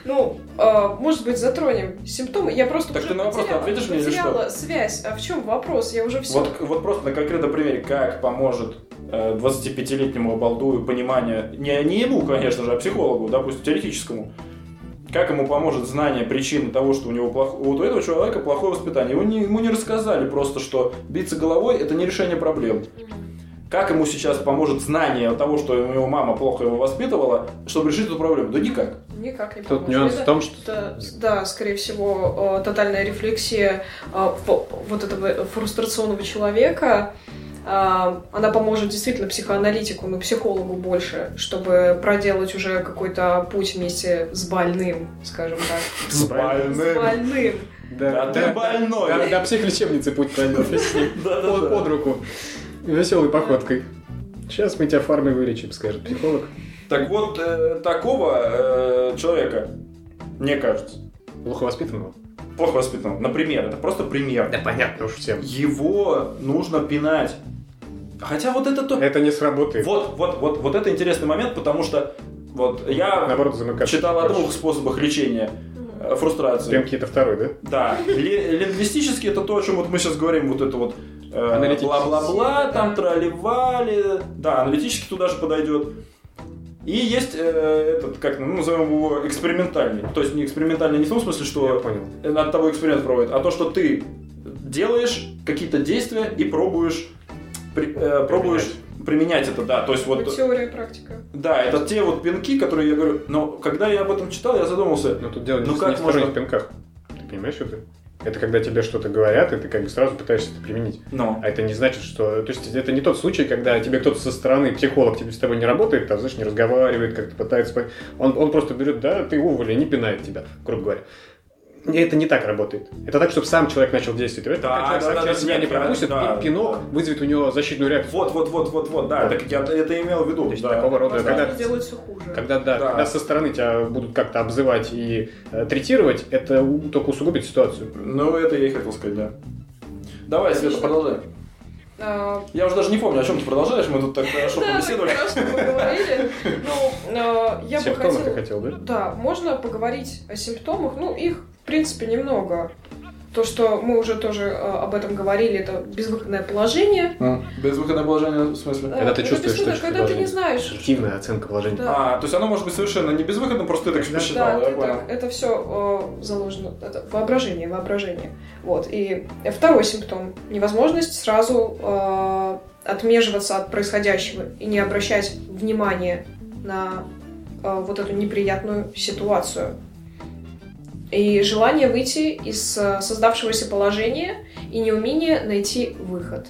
S3: Ну, э, может быть, затронем симптомы. Я просто
S1: Так
S3: уже
S1: ты на вопрос
S3: потеряла-
S1: ответишь мне или
S3: потеряла связь. А в чем вопрос? Я уже все.
S1: Вот, вот просто на конкретном примере, как поможет э, 25-летнему обалдую понимание, не, не ему, конечно же, а психологу, допустим, теоретическому, как ему поможет знание причины того, что у него плох... вот у этого человека плохое воспитание. Его не- ему не рассказали просто, что биться головой – это не решение проблем. Как ему сейчас поможет знание того, что у него мама плохо его воспитывала, чтобы решить эту проблему? Да никак.
S3: Никак
S2: [LAUGHS]
S3: не
S2: Тут
S3: поможет.
S2: нюанс в
S3: Это-
S2: том, что
S3: это, да, скорее всего, э, тотальная рефлексия э, по- вот этого фрустрационного человека, э, она поможет действительно психоаналитику, но психологу больше, чтобы проделать уже какой-то путь вместе с больным, скажем так.
S1: С
S2: больным.
S3: С больным.
S1: Да А ты
S2: Да,
S1: больной.
S2: до психлечебницы путь пройдет. если
S1: Да-да-да.
S2: Под под руку. Веселой походкой. Сейчас мы тебя фармой вылечим, скажет психолог.
S1: Так вот, э, такого э, человека, мне кажется,
S2: Плохо воспитанного?
S1: плохо воспитанного, например, это просто пример,
S2: Да понятно уж всем.
S1: его нужно пинать. Хотя вот это то...
S2: Это не сработает.
S1: Вот, вот, вот, вот это интересный момент, потому что вот я
S2: Наоборот, замыкаться.
S1: читал о двух способах лечения э, фрустрации.
S2: Прям какие-то второй, да?
S1: Да, ли- лингвистически это то, о чем вот мы сейчас говорим, вот это вот э,
S2: Аналитически.
S1: бла-бла-бла, там тролливали, да, аналитически туда же подойдет. И есть э, этот, как ну, назовем его, экспериментальный. То есть не экспериментальный не в том смысле,
S2: Я
S1: что
S2: понял.
S1: над тобой эксперимент проводит, а то, что ты делаешь какие-то действия и пробуешь, при- э, пробуешь применять это, да. То есть вот,
S3: Вот теория и практика.
S1: да, это те вот пинки, которые я говорю, но когда я об этом читал, я задумался,
S2: Но тут дело
S1: Ну
S2: не,
S1: как
S2: не в сторонних
S1: можно-
S2: пинках. Ты понимаешь, что ты? Это когда тебе что-то говорят, и ты как бы сразу пытаешься это применить.
S1: но...
S2: А это не значит, что... То есть это не тот случай, когда тебе кто-то со стороны, психолог тебе с тобой не работает, там, знаешь, не разговаривает, как-то пытается... пон- Он, он просто берет, да, ты уволи, не пинает тебя, грубо говоря. Не, Это не так работает. Это так, чтобы сам человек начал действовать.
S1: Да,
S2: Пока
S1: да,
S2: человек сам
S1: да,
S2: через
S1: да,
S2: себя
S1: нет,
S2: не
S1: я-
S2: пропустит,
S1: да,
S2: и пинок
S1: да.
S2: вызовет у него защитную реакцию.
S1: Вот, вот, вот, вот, вот, да,
S2: Вот.
S1: это я это имел в виду.
S2: То есть
S1: да.
S2: такого рода,
S3: Просто
S2: когда
S3: они делают все хуже.
S2: Когда да,
S1: Да.
S2: когда со стороны тебя будут как-то обзывать и э, третировать, это у- только усугубит ситуацию.
S1: Ну, это я и хотел сказать, да. Давай, Света, продолжай.
S3: э,
S1: Я уже даже не помню, о чем ты продолжаешь, мы тут так хорошо
S3: [LAUGHS] Да, так
S1: побеседовали.
S3: хорошо
S1: [LAUGHS]
S3: поговорили. Ну, э, я бы
S2: Симптомы ты хотел,
S3: хотела...
S2: да?
S3: Да, можно поговорить о симптомах. Ну, их, в принципе, немного. То, что мы уже тоже э, об этом говорили, это безвыходное положение.
S1: Ну, Безвыходное положение, в смысле?
S2: Когда ты
S3: Э, это
S2: чувствуешь, что
S3: безвыходное,
S2: это
S3: Когда ты
S2: положение.
S3: не знаешь,
S2: Объективная оценка положения.
S3: Да.
S1: А, то есть оно может быть совершенно не безвыходным, просто ты так
S2: Да,
S1: посчитал, да,
S3: ты
S1: я
S3: так,
S1: понял?
S3: это все заложено, это воображение, воображение. Вот. И второй симптом – невозможность сразу э, отмеживаться от происходящего и не обращать внимания на э, вот эту неприятную ситуацию. И желание выйти из э, создавшегося положения и неумение найти выход.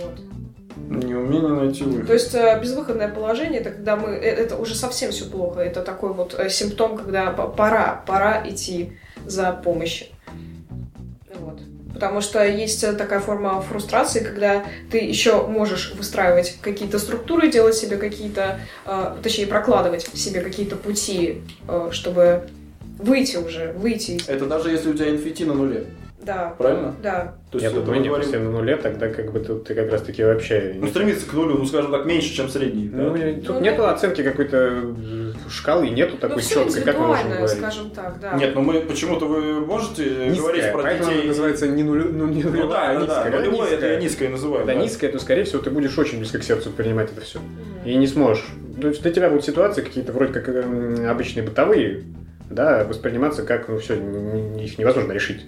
S3: Вот.
S1: Неумение найти выход.
S3: То есть э, безвыходное положение, это когда мы, э, это уже совсем все плохо, это такой вот э, симптом, когда п- пора, пора идти за помощью. Вот. Потому что есть э, такая форма фрустрации, когда ты еще можешь выстраивать какие-то структуры, делать себе какие-то, э, точнее прокладывать себе какие-то пути, э, чтобы выйти уже, выйти. из-
S1: Это даже если у тебя инфити на нуле,
S3: Да,
S1: правильно?
S3: да.
S1: То
S2: Я
S1: это мы
S2: думаю, нет,
S1: говорим-
S2: если на нуле, тогда как бы тут ты как раз таки вообще...
S1: Ну, стремиться к нулю, ну, скажем так, меньше, чем средний, да?
S2: Ну, и тут
S3: Ну,
S2: нету
S3: да.
S2: оценки какой-то э, шкалы, нету
S3: ну
S2: такой
S3: все
S2: четкой, как мы можем
S3: индивидуально,
S2: говорить.
S3: скажем так, да.
S1: Нет, ну мы почему-то вы можете говорить
S2: Низкая,
S1: про
S2: поэтому она
S1: детей.
S2: называется не нулю, ну, не
S1: Ну да, да,
S2: нулевая, а
S1: да.
S2: низкая. Когда
S1: Нулевое это
S2: низкая-
S1: я низкое называю.
S2: когда
S1: да.
S2: низкая, то, скорее всего, ты будешь очень близко к сердцу принимать это все.
S3: Мгм.
S2: И не сможешь. То есть для тебя будут ситуации какие-то вроде как эм, обычные бытовые, да, восприниматься как, ну все, их невозможно решить.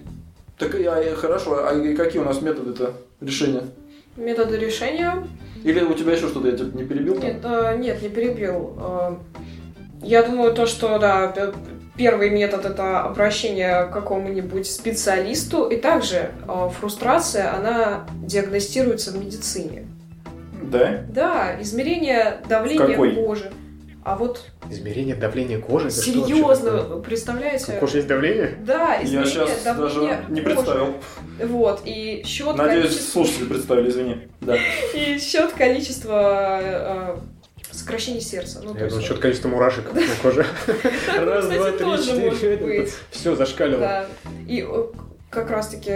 S1: Так я, я- хорошо, а и какие у нас методы-то решения?
S3: Методы решения
S1: Или у тебя еще что-то, я тебя не перебил? там?
S3: Нет, э, нет, не перебил. Э, Я думаю, то, что да, п- первый метод это обращение к какому-нибудь специалисту. И также э, фрустрация, она диагностируется в медицине.
S1: Да?
S3: Да, измерение давления
S1: какой?
S3: кожи. А вот
S2: Измерение давления кожи? это что вообще такое?
S3: серьезно, представляете?
S2: У кожи есть давление?
S3: Да,
S1: Я
S3: измерение
S1: сейчас
S3: давления
S1: даже не
S3: кожи.
S1: представил.
S3: Вот, и счет
S1: Надеюсь, слушатели представили, извини. Да.
S3: [LAUGHS] и счет количества э, сокращений сердца. Ну, то
S2: Я
S3: есть-
S2: думаю, что-то количество мурашек на
S3: [LAUGHS]
S2: коже. Раз,
S3: кстати,
S2: два, три, [LAUGHS]
S3: тоже может
S2: четыре.
S3: быть.
S2: Все, зашкалило.
S3: Да. И э, как раз-таки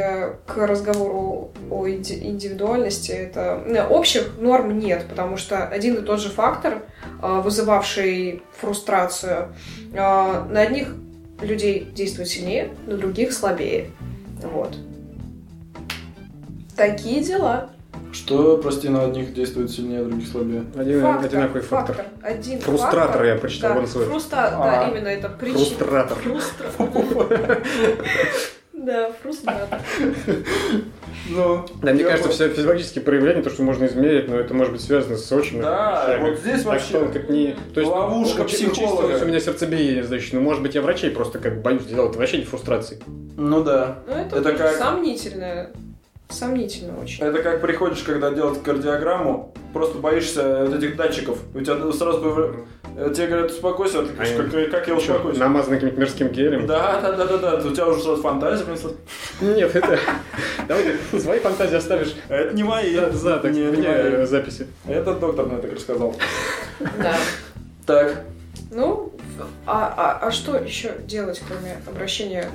S3: к разговору о инди- индивидуальности, это э, общих норм нет, потому что один и тот же фактор, э, вызывавший фрустрацию, э, на одних людей действует сильнее, на других слабее. Вот. Такие дела.
S1: Что, прости, на одних действует сильнее, а других слабее?
S2: Один-
S3: Фактор,
S2: Одинаковый фактор.
S3: Один
S2: Фрустратор
S3: фактор.
S2: я прочитал,
S3: Да,
S2: вон свой.
S3: фруста- да,
S1: А.
S3: именно это причина.
S2: Фрустратор.
S3: Фрустратор. [LAUGHS] Да, фрустратор.
S1: Ну,
S2: [LAUGHS] Да, мне
S1: я
S2: кажется,
S1: вот-
S2: все физиологические проявления, то, что можно измерить, но это может быть связано с очень
S1: Да,
S2: многими
S1: вот здесь
S2: так
S1: вообще
S2: что он как не...
S1: ловушка
S2: учи-
S1: психолога.
S2: учитывалось у меня сердцебиение, значит, ну, может быть, я врачей просто как бы боюсь делать, это вообще не фрустрации.
S1: Ну да.
S3: Ну, это,
S1: Это
S3: тоже
S1: как-
S3: сомнительно. Сомнительно очень.
S1: Это как приходишь, когда делать кардиограмму, просто боишься э, вот этих датчиков. У тебя сразу появля- э, тебе говорят, успокойся, а ты говоришь,
S2: А
S1: как, как я успокоюсь?
S2: Намазано каким-то мирским гелем.
S1: Да, да, да, да, да. У тебя уже сразу фантазия принесла.
S2: Нет, это... Давай ты свои фантазии оставишь
S1: Это не мои.
S2: за, так
S1: не, не
S2: сказать, вне,
S1: мои.
S2: э, записи.
S1: Этот доктор мне так рассказал.
S3: Да.
S1: Так.
S3: Ну, а, а, а что еще делать, кроме обращения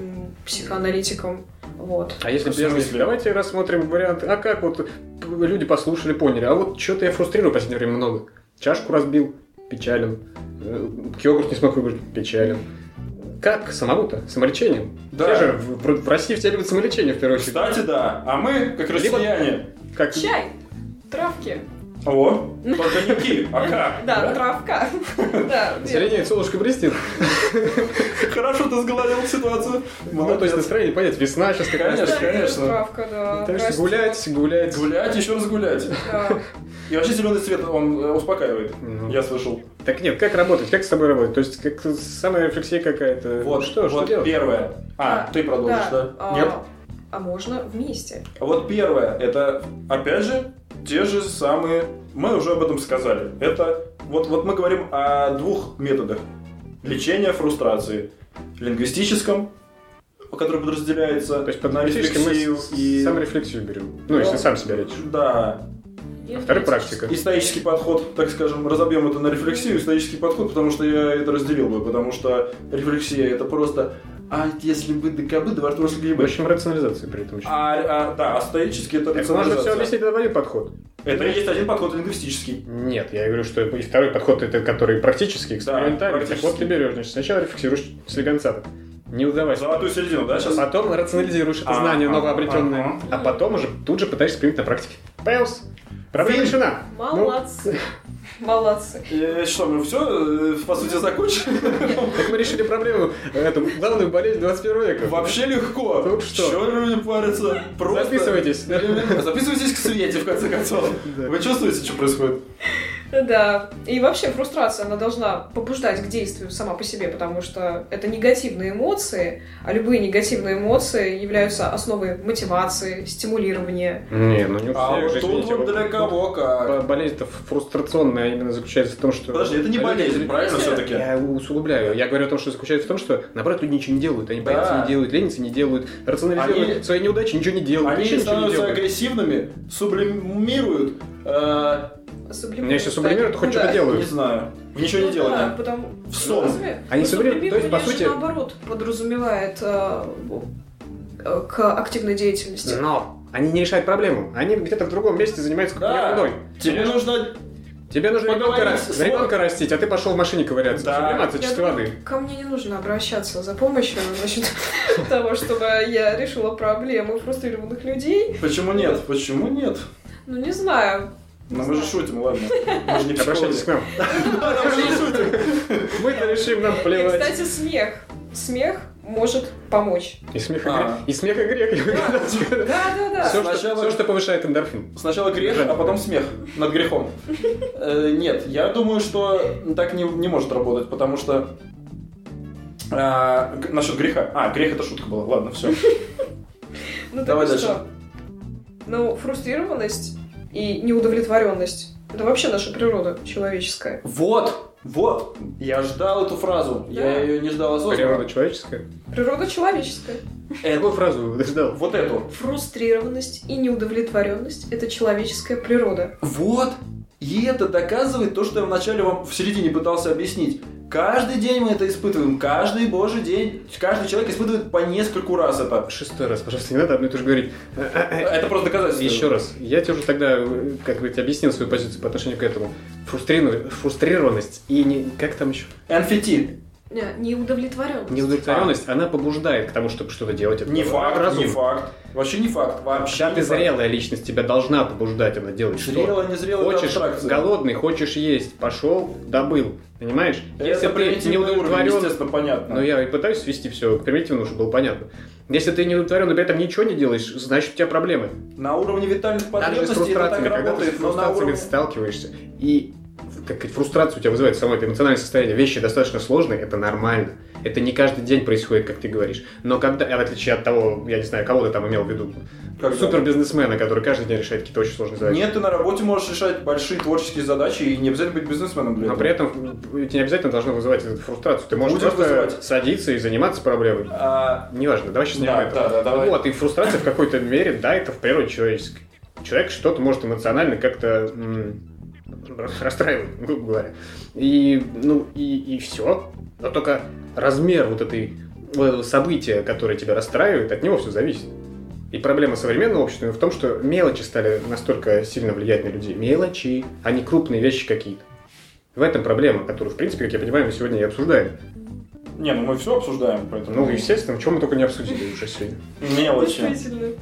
S3: м, к психоаналитикам? Вот.
S2: А если
S1: В
S2: бы
S1: смысле?
S2: Давайте рассмотрим вариант. А как вот п- люди послушали, поняли? А вот что-то я фрустрирую в последнее время много. Чашку разбил, печален. Э, Йогурт не смог выбрать, печален. Как самому-то? Самолечением?
S1: Да.
S2: Все же в, в- в России все любят самолечение в первую очередь.
S1: Кстати, да. А мы, как
S2: Либо-
S1: россияне.
S2: Как
S3: Чай, травки.
S1: О, только не ки,
S2: [LAUGHS]
S1: а ка.
S3: Да,
S1: [LAUGHS]
S3: травка. Да, верно.
S2: Зеленее солнышко брестит.
S1: Хорошо ты сгладил ситуацию.
S2: Ну, то есть настроение, понятно, весна сейчас
S1: Конечно,
S2: какая-то.
S3: Да, верно,
S1: конечно.
S3: Травка, да.
S2: Так что
S3: Растет,
S2: гулять, гулять.
S1: Гулять, еще раз гулять.
S3: да.
S1: И вообще зеленый цвет, он э, успокаивает.
S2: Ну.
S1: Я слышал.
S2: Так нет, как работать? Как с тобой работать? То есть, как самая рефлексия какая-то. Ну
S1: Вот,
S2: что, что
S1: вот
S2: делать?
S1: первое. А,
S3: Да,
S1: ты продолжишь, да?
S3: а,
S1: Нет?
S3: А можно вместе.
S1: Вот первое, это, опять же, те же самые, мы уже об этом сказали. Это, вот, вот мы говорим о двух методах лечения фрустрации. Лингвистическом, который подразделяется
S2: То есть, под
S1: на
S2: рефлексией
S1: рефлексию
S2: мы
S1: и...
S2: сам рефлексию берем. Ну, если сам себя лечишь.
S1: Да,
S3: И
S2: Вторая
S3: вместе.
S2: практика.
S1: исторический подход, так скажем, разобьем это на рефлексию, исторический подход, потому что я это разделил бы, потому что рефлексия это просто а если бы ДКБ, да во рту росли
S2: В
S1: грибы.
S2: общем, рационализация при этом еще.
S1: А, а, да, а стоически это
S2: Так можно все
S1: рационализация.
S2: объяснить, это один подход.
S1: Это и есть один подход лингвистический.
S2: Нет, я говорю, что и второй подход это который практически экспериментальный. так
S1: практически.
S2: вот ты берешь, значит, сначала рефиксируешь слегонца. Не удавайся. А
S1: Золотую середину, да, сейчас?
S2: Потом рационализируешь это
S1: А,
S2: знание
S1: а,
S2: новообретенное,
S1: а,
S2: а потом уже тут же пытаешься применить на практике. Пэлс! Проблема
S1: Фин.
S2: решена!
S3: Молодцы.
S1: Ну.
S3: Молодцы.
S1: Э, Что, мы все, по сути, закончили?
S2: Ну, так мы решили проблему, э, эту главную болезнь 21 века.
S1: Вообще легко.
S2: Тут что?
S1: Чё люди парятся? Просто... [LAUGHS]
S2: Записывайтесь.
S1: Записывайтесь к Свете, в конце концов.
S2: Да.
S1: Вы чувствуете, что происходит?
S3: Да. И вообще фрустрация, она должна побуждать к действию сама по себе, потому что это негативные эмоции, а любые негативные эмоции являются основой мотивации, стимулирования.
S2: Не, ну не у
S1: А
S2: всех
S1: вот
S2: же,
S1: тут
S2: извините,
S1: вот для кого как.
S2: бо- Болезнь-то фрустрационная именно заключается в том, что...
S1: Подожди, это не
S2: Люди-
S1: болезнь, правильно
S3: Если-
S1: все-таки?
S2: Я усугубляю. Я говорю о том, что заключается в том, что, наоборот, люди ничего не делают. Они
S1: Да.
S2: боятся, не делают, ленятся, не делают, рационализируют
S1: Они-
S2: свои неудачи, ничего не делают.
S1: Они
S2: вообще ничего не
S1: становятся
S2: делают.
S1: агрессивными, сублимируют, э,
S2: Меня сейчас сублимируют, хоть что-то
S1: не
S2: делают.
S1: знаю, в ничего не
S3: ну Да,
S1: делание.
S3: потому...
S1: В сон.
S3: Разве?
S2: Они
S3: Ну,
S2: сублимируют, А то есть, по
S3: сублимирование же,
S2: сути-
S3: наоборот, подразумевает э, э, к активной деятельности.
S2: Но они не решают проблему. Они где-то в другом месте занимаются какой-то
S1: Да,
S2: ерундой.
S1: тебе нужно...
S2: Тебе нужно ребенка,
S1: Поговорить
S2: рас-
S1: с-
S2: ребенка растить, а ты пошел в машине ковыряться.
S1: Да.
S2: Проблемация
S3: Я
S2: чистой
S3: думаю,
S2: воды.
S3: Ко мне не нужно обращаться за помощью насчет [LAUGHS] того, чтобы я решила проблему фрустрированных людей.
S1: Почему нет? Почему нет?
S3: Ну, не знаю.
S1: Ну мы же шутим, ладно. Мы же не
S2: Обращайтесь к нам.
S1: психологи. Да, мы же не шутим.
S2: Мы-то решим, нам
S3: И,
S2: плевать.
S3: кстати, смех. Смех может помочь.
S2: И смех и
S1: А.
S2: грех. И смех и грех.
S3: Да-да-да.
S2: Все, что,
S1: Сначала-
S2: [LAUGHS] всё, что повышает эндорфин.
S1: Сначала грех, а потом смех над грехом. Э, Нет, я думаю, что так не, не может работать, потому что а, г- насчет греха. А, грех это шутка была. Ладно, все.
S3: Ну, так
S1: Давай
S3: и
S1: дальше.
S3: что? Ну, фрустрированность и неудовлетворенность – это вообще наша природа человеческая.
S1: Вот, вот. Я ждал эту фразу. Я
S3: Да.
S1: ее не ждал осознанно.
S2: Природа человеческая.
S3: Природа человеческая.
S1: Это
S2: Какую фразу ждал?
S1: вот эту.
S3: Фрустрированность и неудовлетворенность – это человеческая природа.
S1: Вот. И это доказывает то, что я вначале вам в середине пытался объяснить. Каждый день мы это испытываем, каждый божий день. Каждый человек испытывает по нескольку раз это.
S2: Шестой раз, пожалуйста, не надо одно и то же говорить. Э,
S1: Это просто доказательство.
S2: Еще раз, я тебе уже тогда, э, как говорить, объяснил свою позицию по отношению к этому. Фрустрину- Фрустрированность и не, как там еще?
S1: NFT.
S3: Не, неудовлетворенность.
S2: Неудовлетворенность, она побуждает к тому, чтобы что-то делать. Это
S1: А. Не факт,
S2: разумно.
S1: не факт. Вообще не факт. Вообще
S2: Когда
S1: не
S2: Ну, ты
S1: факт.
S2: зрелая личность, тебя должна побуждать она делать что
S1: Зрело, не зрело, это
S2: Хочешь,
S1: абстракция.
S2: голодный, хочешь есть, пошел, добыл. Понимаешь?
S1: Это
S2: ты
S1: примитивный уровень,
S2: неудовлетворен,
S1: естественно, понятно.
S2: Ну, я и пытаюсь свести все к примитивному, чтобы было понятно. Если ты не удовлетворен, но при этом ничего не делаешь, значит, у тебя проблемы.
S1: На уровне витальных
S2: Даже с
S1: потребностей это так
S2: фрустрациями, когда ты с
S1: работает, но на
S2: фрустрациями
S1: уровне...
S2: сталкиваешься, и как сказать, фрустрацию у тебя вызывает само это эмоциональное состояние. Вещи достаточно сложные, это нормально. Это не каждый день происходит, как ты говоришь. Но когда, а в отличие от того, я не знаю, кого ты там имел в виду,
S1: Когда?
S2: супер бизнесмена, который каждый день решает какие-то очень сложные задачи.
S1: Нет, ты на работе можешь решать большие творческие задачи и не обязательно быть бизнесменом для
S2: Но
S1: этого.
S2: при этом тебе не обязательно должно вызывать эту фрустрацию. Ты можешь
S1: Будет
S2: просто
S1: вызывать.
S2: садиться и заниматься проблемой.
S1: А,
S2: Неважно, давай сейчас не
S1: Да,
S2: об этом.
S1: да, да, давай.
S2: Вот, и фрустрация в какой-то мере, да, это в природе человеческой. Человек что-то может эмоционально как-то м, расстраивать, грубо говоря. И, ну, и, и все. Но только размер вот этой вот этого события, которое тебя расстраивает, от него все зависит. И проблема современного общества в том, что мелочи стали настолько сильно влиять на людей. Мелочи, а не крупные вещи какие-то. В этом проблема, которую, в принципе, как я понимаю, мы сегодня и обсуждаем.
S1: не, ну мы все обсуждаем, поэтому...
S2: Ну, естественно, чего мы только не обсудили уже сегодня.
S1: Мелочи.
S3: Действительно.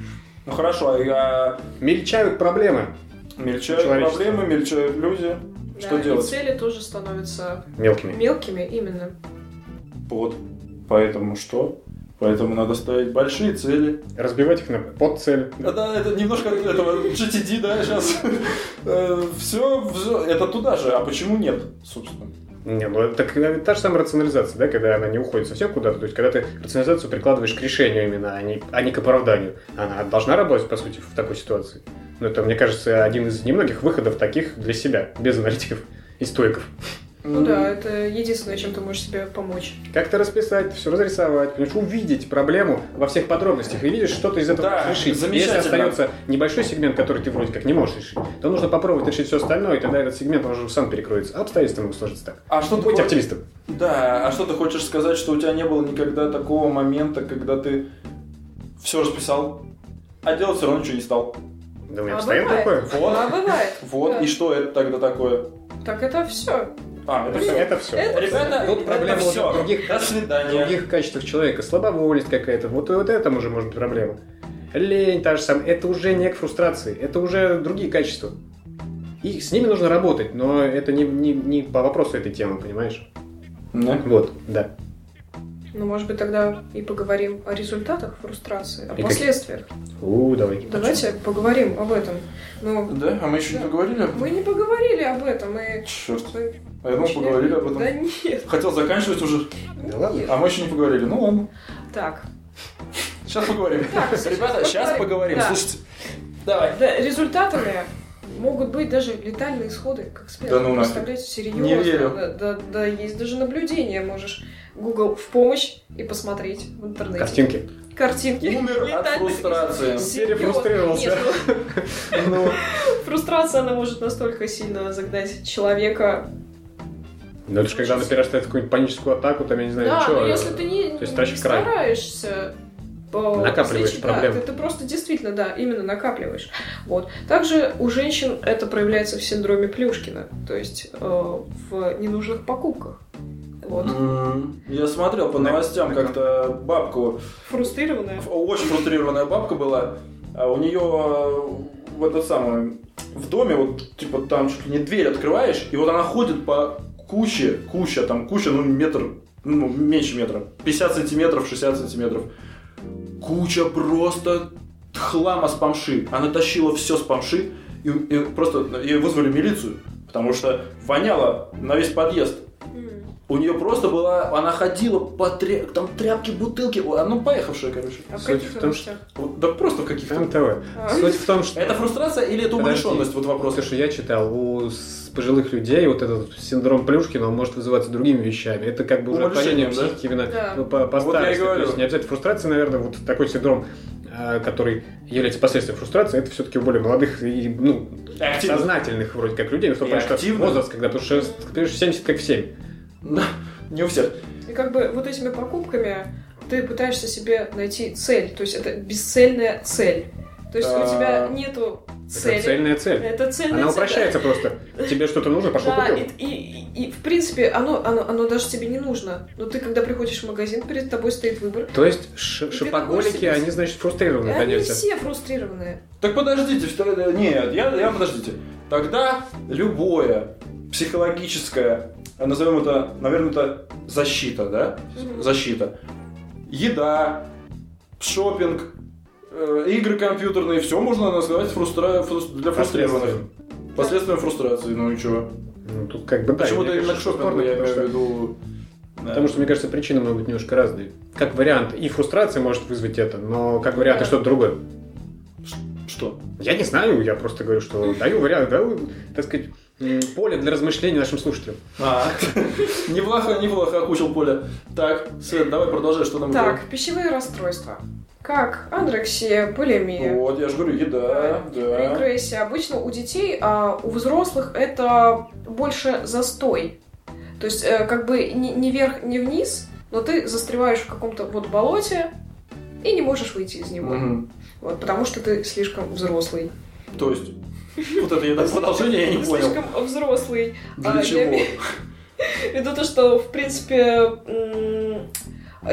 S1: Ну хорошо, а я...
S2: Мельчают проблемы.
S1: мельчают
S2: Человечество.
S1: проблемы, мельчают люди. Что
S3: да,
S1: делать?
S3: И цели тоже становятся
S2: Мелкими.
S3: мелкими именно.
S1: Вот. Поэтому что? Поэтому надо ставить большие цели.
S2: Разбивать их на подцель.
S1: Да, да, это немножко от этого GTD, да, сейчас. Все, это туда же. А почему нет, собственно?
S2: Не, ну это как- та же самая рационализация, да, когда она не уходит совсем куда-то. То есть, когда ты рационализацию прикладываешь к решению именно, а не, а не к оправданию. Она должна работать, по сути, в такой ситуации. Ну, Но это, мне кажется, один из немногих выходов таких для себя, без аналитиков и стойков.
S3: Ну да, это единственное, чем ты можешь себе помочь.
S2: Как-то расписать, все разрисовать, понимаешь, увидеть проблему во всех подробностях и видишь, что-то из этого
S1: Да,
S2: можешь решить. И Если
S1: замечательно.
S2: остается небольшой сегмент, который ты вроде как не можешь решить, то нужно попробовать решить все остальное, и тогда этот сегмент он уже сам перекроется. А обстоятельства могут сложиться так.
S1: А что ты
S2: Будь
S1: хо-
S2: оптимистом.
S1: Да, а что ты хочешь сказать, что у тебя не было никогда такого момента, когда ты все расписал, а делать все равно ничего не стал?
S2: Да у меня
S3: А
S2: постоянно
S3: бывает.
S2: такое.
S1: Вот.
S3: А бывает.
S1: [LAUGHS] Вот,
S3: Да.
S1: и что это тогда такое?
S3: Так это все.
S1: А, это
S2: Это,
S1: все.
S2: все.
S3: Это-
S1: Ребята,
S2: Тут проблема
S1: это
S2: уже
S1: все.
S2: в других-
S1: До свидания.
S2: других качествах человека. Слабоволость какая-то. Вот, вот это уже может быть проблема. Лень та же самая. Это уже не к фрустрации. Это уже другие качества. И с ними нужно работать, но это не, не, не по вопросу этой темы, понимаешь?
S1: Да.
S2: Вот, да.
S3: Ну, может быть, тогда и поговорим о результатах фрустрации, о
S2: И как-
S3: последствиях.
S2: У, давай.
S3: Давайте поговорим об этом. Ну,
S1: Да, а мы еще не поговорили?
S3: мы не поговорили об этом, и...
S1: Черт,
S3: мы
S1: а я думал,
S3: начали-
S1: поговорили об
S3: Да
S1: этом.
S3: нет. ну
S1: Хотел заканчивать уже,
S2: Да ладно.
S1: а мы еще не поговорили. Ну ладно,
S3: Так,
S1: сейчас поговорим.
S3: Так, сейчас
S1: [LAUGHS] Ребята, сейчас
S3: поговорим.
S1: поговорим,
S3: Да.
S1: слушайте. Давай.
S3: да, результатами могут быть даже летальные исходы, как смерть.
S1: Да ну нафиг.
S3: Представляете, серьезно.
S1: Не верю.
S3: Да, да, да, есть даже наблюдение, можешь Google в помощь и посмотреть в интернете.
S2: Картинки.
S3: Картинки.
S1: Умер от
S3: Летальных
S1: фрустрации.
S3: исходов.
S2: Перефрустрировался.
S3: Нет, ну,
S2: Ну,
S3: [LAUGHS] Фрустрация, она может настолько сильно загнать человека.
S2: Ну, это же когда она перерастает в какую-нибудь паническую атаку, там, я не знаю,
S3: да,
S2: что.
S3: но если ты не,
S2: Ну, то есть
S3: не
S2: тащишь край.
S3: стараешься... по-
S2: Накапливаешь
S3: да,
S2: проблемы.
S3: ты, ты просто действительно, да, именно накапливаешь. Вот. Также у женщин это проявляется в синдроме Плюшкина, то есть э, в ненужных покупках. Вот.
S2: Ну.
S1: М, Я смотрел по
S2: Да.
S1: новостям как-то бабку
S3: Фрустрированная.
S1: Очень фрустрированная бабка была. А у нее э, в этот самый в доме вот типа там чуть ли не дверь открываешь, и вот она ходит по куче, куча там куча, ну метр, ну меньше метра, 50 сантиметров, 60 сантиметров. Куча просто хлама с помши. Она тащила все с помши и, и просто ей вызвали милицию, потому что воняло на весь подъезд.
S3: М.
S1: У нее просто была, она ходила по тря- там тряпки, бутылки, о, ну поехавшая, короче.
S3: А в
S2: Суть
S3: каких
S2: в том,
S3: новостях?
S1: Вот, Да просто в каких-то.
S2: МТВ.
S3: А.
S2: Суть в том, что...
S1: Это фрустрация или это
S2: Подожди.
S1: умалишенность? Вот вопрос.
S2: Слушай, я читал, у с- пожилых людей вот этот синдром Плюшкина, он может вызываться другими вещами. Это как бы уже
S1: Увлечением,
S2: отклонение психики именно
S3: Да.
S2: ну, по, по
S1: Вот я и
S2: старости. То
S1: говорю.
S2: есть не обязательно фрустрация, наверное, вот такой синдром, э, который является последствием фрустрации, это все-таки у более молодых и, ну,
S1: Э, Активно.
S2: сознательных вроде как людей. Ну, в том
S1: И
S2: плане, что
S1: активных.
S2: возраст, когда, потому что, ты же 70 как в 7.
S1: Да, Не у всех.
S3: И как бы вот этими покупками ты пытаешься себе найти цель. То есть это бесцельная цель. То есть у
S1: Да.
S3: тебя нету цели.
S2: Это цельная цель.
S3: Это цельная
S2: Она
S3: цель, да.
S2: упрощается просто. Тебе что-то нужно, пошел
S3: Да,
S2: купил.
S3: и, и- и- и, в принципе оно, оно, оно даже тебе не нужно. Но ты когда приходишь в магазин, перед тобой стоит выбор.
S2: То есть ш-
S3: Ты
S2: шопоголики,
S3: такой себе-
S2: они, значит,
S3: И
S2: фрустрированы,
S3: они
S2: конечно.
S3: все фрустрированные.
S1: Так подождите, что это- Нет, я, я подождите. Тогда любое психологическое, а, назовем это, наверное, это защита, да?
S3: Мгм.
S1: Защита. Еда, шопинг, э, игры компьютерные, все можно назвать фрустра... фрус- для фрустрированных. Последствием фрустрации, ну и чего?
S2: Ну, тут как бы да.
S1: Почему-то
S2: мне
S1: именно к
S2: кажется,
S1: шопингу,
S2: спорно,
S1: я
S2: потому
S1: имею в
S2: что-
S1: виду... э, да.
S2: Потому что, мне кажется, причины могут быть немножко разные. Как вариант, и фрустрация может вызвать это, но как вариант, и что-то другое.
S1: Что?
S2: Я не знаю, я просто говорю, что даю вариант, даю, так сказать, м, поле для размышлений нашим слушателям.
S1: А, неплохо, неплохо, окучил поле. Так, Свет, давай продолжай, что там
S3: Так, пищевые расстройства. Как анорексия, булимия.
S1: было? Вот, я же говорю, еда, да.
S3: регрессия. Обычно у детей, а у взрослых это больше застой. То есть э, как бы ни, ни вверх, ни вниз, но ты застреваешь в каком-то вот болоте и не можешь выйти из него.
S1: Мгм.
S3: Вот, потому что ты слишком взрослый.
S1: То есть, вот это я так продолжение я не понял.
S3: Слишком взрослый.
S1: Для
S3: я
S1: чего?
S3: имею Ввиду то, что, в принципе, м,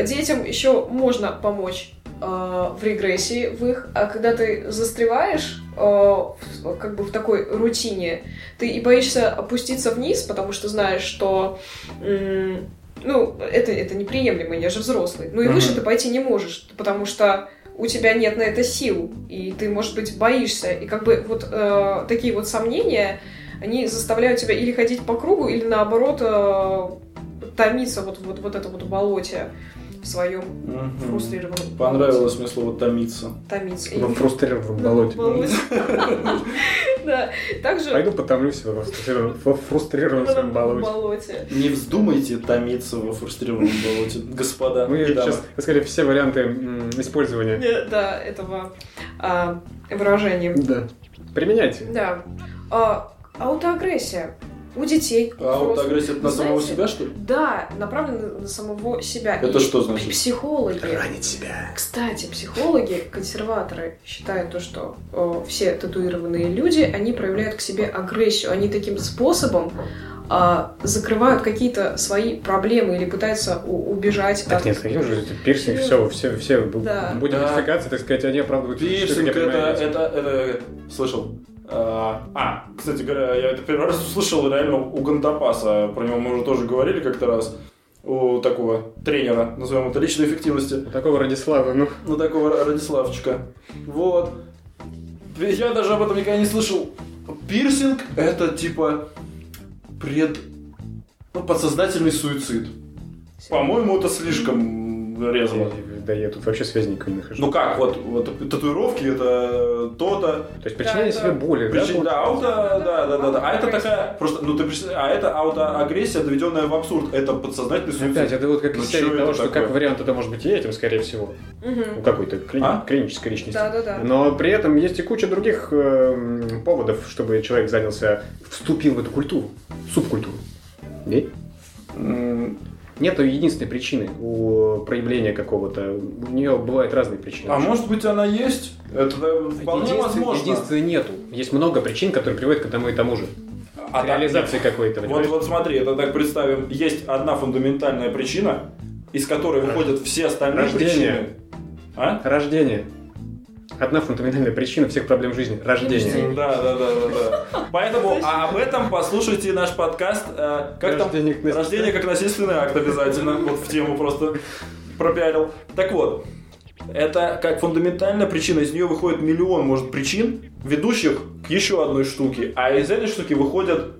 S3: детям еще можно помочь э, в регрессии в их, а когда ты застреваешь э, в- как бы в такой рутине, ты и боишься опуститься вниз, потому что знаешь, что м, ну, это, это неприемлемо, я же взрослый. Ну и
S1: Мгм.
S3: выше ты пойти не можешь, потому что у тебя нет на это сил, и ты, может быть, боишься. И как бы вот э, такие вот сомнения, они заставляют тебя или ходить по кругу, или наоборот э, томиться вот, вот, вот это вот болоте в своем
S1: Мгм.
S3: фрустрированном
S1: Понравилось мне слово «томиться».
S3: болоте. томиться. И-
S2: Во фрустрированном болоте.
S3: Болоте. Да. Также
S2: Пойду потомлюсь в фрустрированном- в фрустрированном своем
S3: в
S2: болоте.
S3: болоте.
S1: Не вздумайте томиться во фрустрированном болоте, господа.
S2: Мы
S1: и дамы.
S2: сейчас рассказали все варианты м, использования.
S3: Э, Да, этого а, выражения.
S2: Да. Применяйте.
S3: Да. А, аутоагрессия у детей. у
S1: А вот
S3: взрослых.
S1: агрессия на самого
S3: Знаете,
S1: себя, что ли?
S3: Да, направлена на самого себя.
S1: Это
S3: И
S1: что значит?
S3: Психологи.
S2: себя.
S3: Кстати, психологи, консерваторы считают то, что э, все татуированные люди, они проявляют к себе агрессию. Они таким способом э, закрывают какие-то свои проблемы или пытаются у- убежать
S2: Так
S3: от...
S2: нет, каким же это пирсинг, все, все, все
S3: Да.
S2: модификации, так сказать, они оправдывают. всё,
S1: Пирсинг
S2: как я
S1: это,
S2: понимаю.
S1: это, это, слышал. А, а, кстати говоря, я это первый раз услышал реально у Гандапаса. Про него мы уже тоже говорили как-то раз. У такого тренера, назовем это личной эффективности.
S2: У такого Радислава, ну,
S1: Ну, такого Радиславчика. Вот. Я даже об этом никогда не слышал. Пирсинг это типа пред... ну, подсознательный суицид. По-моему, это слишком резво.
S2: да я тут вообще связи никакой не нахожу.
S1: Ну как, вот, вот татуировки это то-то,
S2: То есть причиняли
S3: Да,
S2: себе
S3: да.
S2: боли,
S1: Причи-
S2: да?
S1: Да, ауто, да, да, да, да, да. А это
S3: Агрессия.
S1: такая просто, ну ты представь, а это аутоагрессия, доведенная в абсурд. Это подсознательный суицид.
S2: Опять, это вот как
S1: Ну,
S2: история
S1: чё
S2: того,
S1: это
S2: что
S1: такое?
S2: как вариант это может быть и этим, скорее всего. Ну,
S3: Мгм.
S2: какой-то клини-
S1: А?
S2: клинической личности.
S3: Да-да-да.
S2: Но при этом есть и куча других эм, поводов, чтобы человек занялся, вступил в эту культуру, субкультуру. Нет?
S1: М,
S2: Нету единственной причины у проявления какого-то. У нее бывают разные причины.
S1: А может быть она есть? Это да, вполне
S2: Единствен-
S1: возможно.
S2: Единственной нету. Есть много причин, которые приводят к одному и тому же.
S1: А
S2: к
S1: так-
S2: реализации какой-то.
S1: Вот,
S2: понимаешь?
S1: вот смотри, это так представим. Есть одна фундаментальная причина, из которой выходят все остальные
S2: Рождение.
S1: причины. А?
S2: Рождение. Одна фундаментальная причина всех проблем жизни. Рождение.
S1: Да, да, да, да, да. Поэтому а об этом послушайте наш подкаст. э, Как там?
S2: Рождение к нас-
S1: Рождение как насильственный акт обязательно. Вот в тему просто пропиарил. Так вот, это как фундаментальная причина. Из нее выходит миллион, может, причин, ведущих к еще одной штуке. А из этой штуки выходят...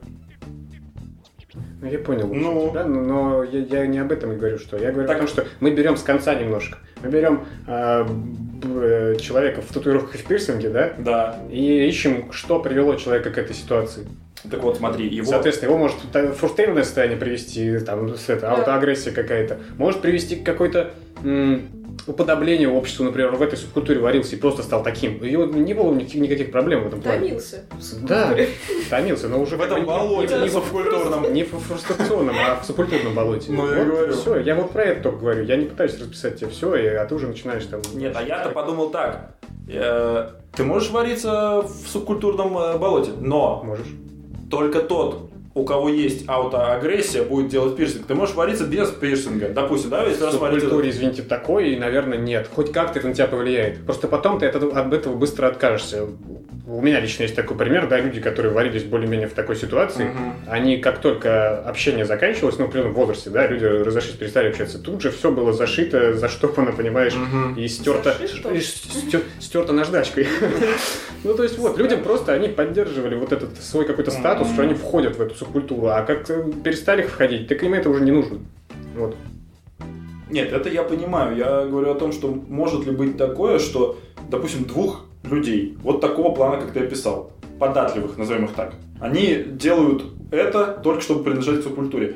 S2: Ну, я понял. в
S1: Ну.
S2: общем-то, да, но- но я, я не об этом и говорю, что я говорю
S1: Так.
S2: о том, что мы берем с конца немножко. Мы берем э, б- э, человека в татуировках и в пирсинге, да,
S1: Да.
S2: и ищем, что привело человека к этой ситуации.
S1: Так вот, смотри, его...
S2: Соответственно, его может та- фрустрированное состояние привести, там, с это,
S3: Да.
S2: аутоагрессия какая-то, может привести к какой-то м, уподоблению обществу, например, он в этой субкультуре варился и просто стал таким. У него не было никаких, никаких проблем в этом плане.
S3: Томился.
S2: Да, томился, но уже
S1: В этом
S2: не-
S1: болоте
S2: не, не,
S1: субкультурном.
S2: не в фрустрационном, а в субкультурном болоте.
S1: Ну, я и говорю.
S2: Все, я вот про это только говорю. Я не пытаюсь расписать тебе все, и, а ты уже начинаешь там...
S1: Нет, а я-то подумал так. Э, Ты можешь вариться в субкультурном э, болоте, но
S2: Можешь.
S1: Только тот, у кого есть аутоагрессия, будет делать пирсинг. Ты можешь вариться без пирсинга. Допустим, да, если
S2: в
S1: раз варить
S2: субкультуре, извините, такой, и, наверное, нет. Хоть как-то это на тебя повлияет. Просто потом ты от этого, от этого быстро откажешься. У меня лично есть такой пример, да, люди, которые варились более-менее в такой ситуации,
S1: Мгм.
S2: они как только общение заканчивалось, ну, при этом в возрасте, да, люди разошлись, перестали общаться, тут же все было зашито, [LAUGHS] заштопано, понимаешь,
S1: Мгм.
S2: и стерто,
S3: Зашито?
S2: и стер- стерто наждачкой. [LAUGHS] Ну, то есть вот, людям просто они поддерживали вот этот свой какой-то статус,
S1: Мгм.
S2: что они входят в эту субкультуру, а как э, перестали входить, так им это уже не нужно. Вот.
S1: Нет, это я понимаю. Я говорю о том, что может ли быть такое, что, допустим, двух людей, вот такого плана, как ты описал, податливых, назовем их так, они делают это только чтобы принадлежать к субкультуре.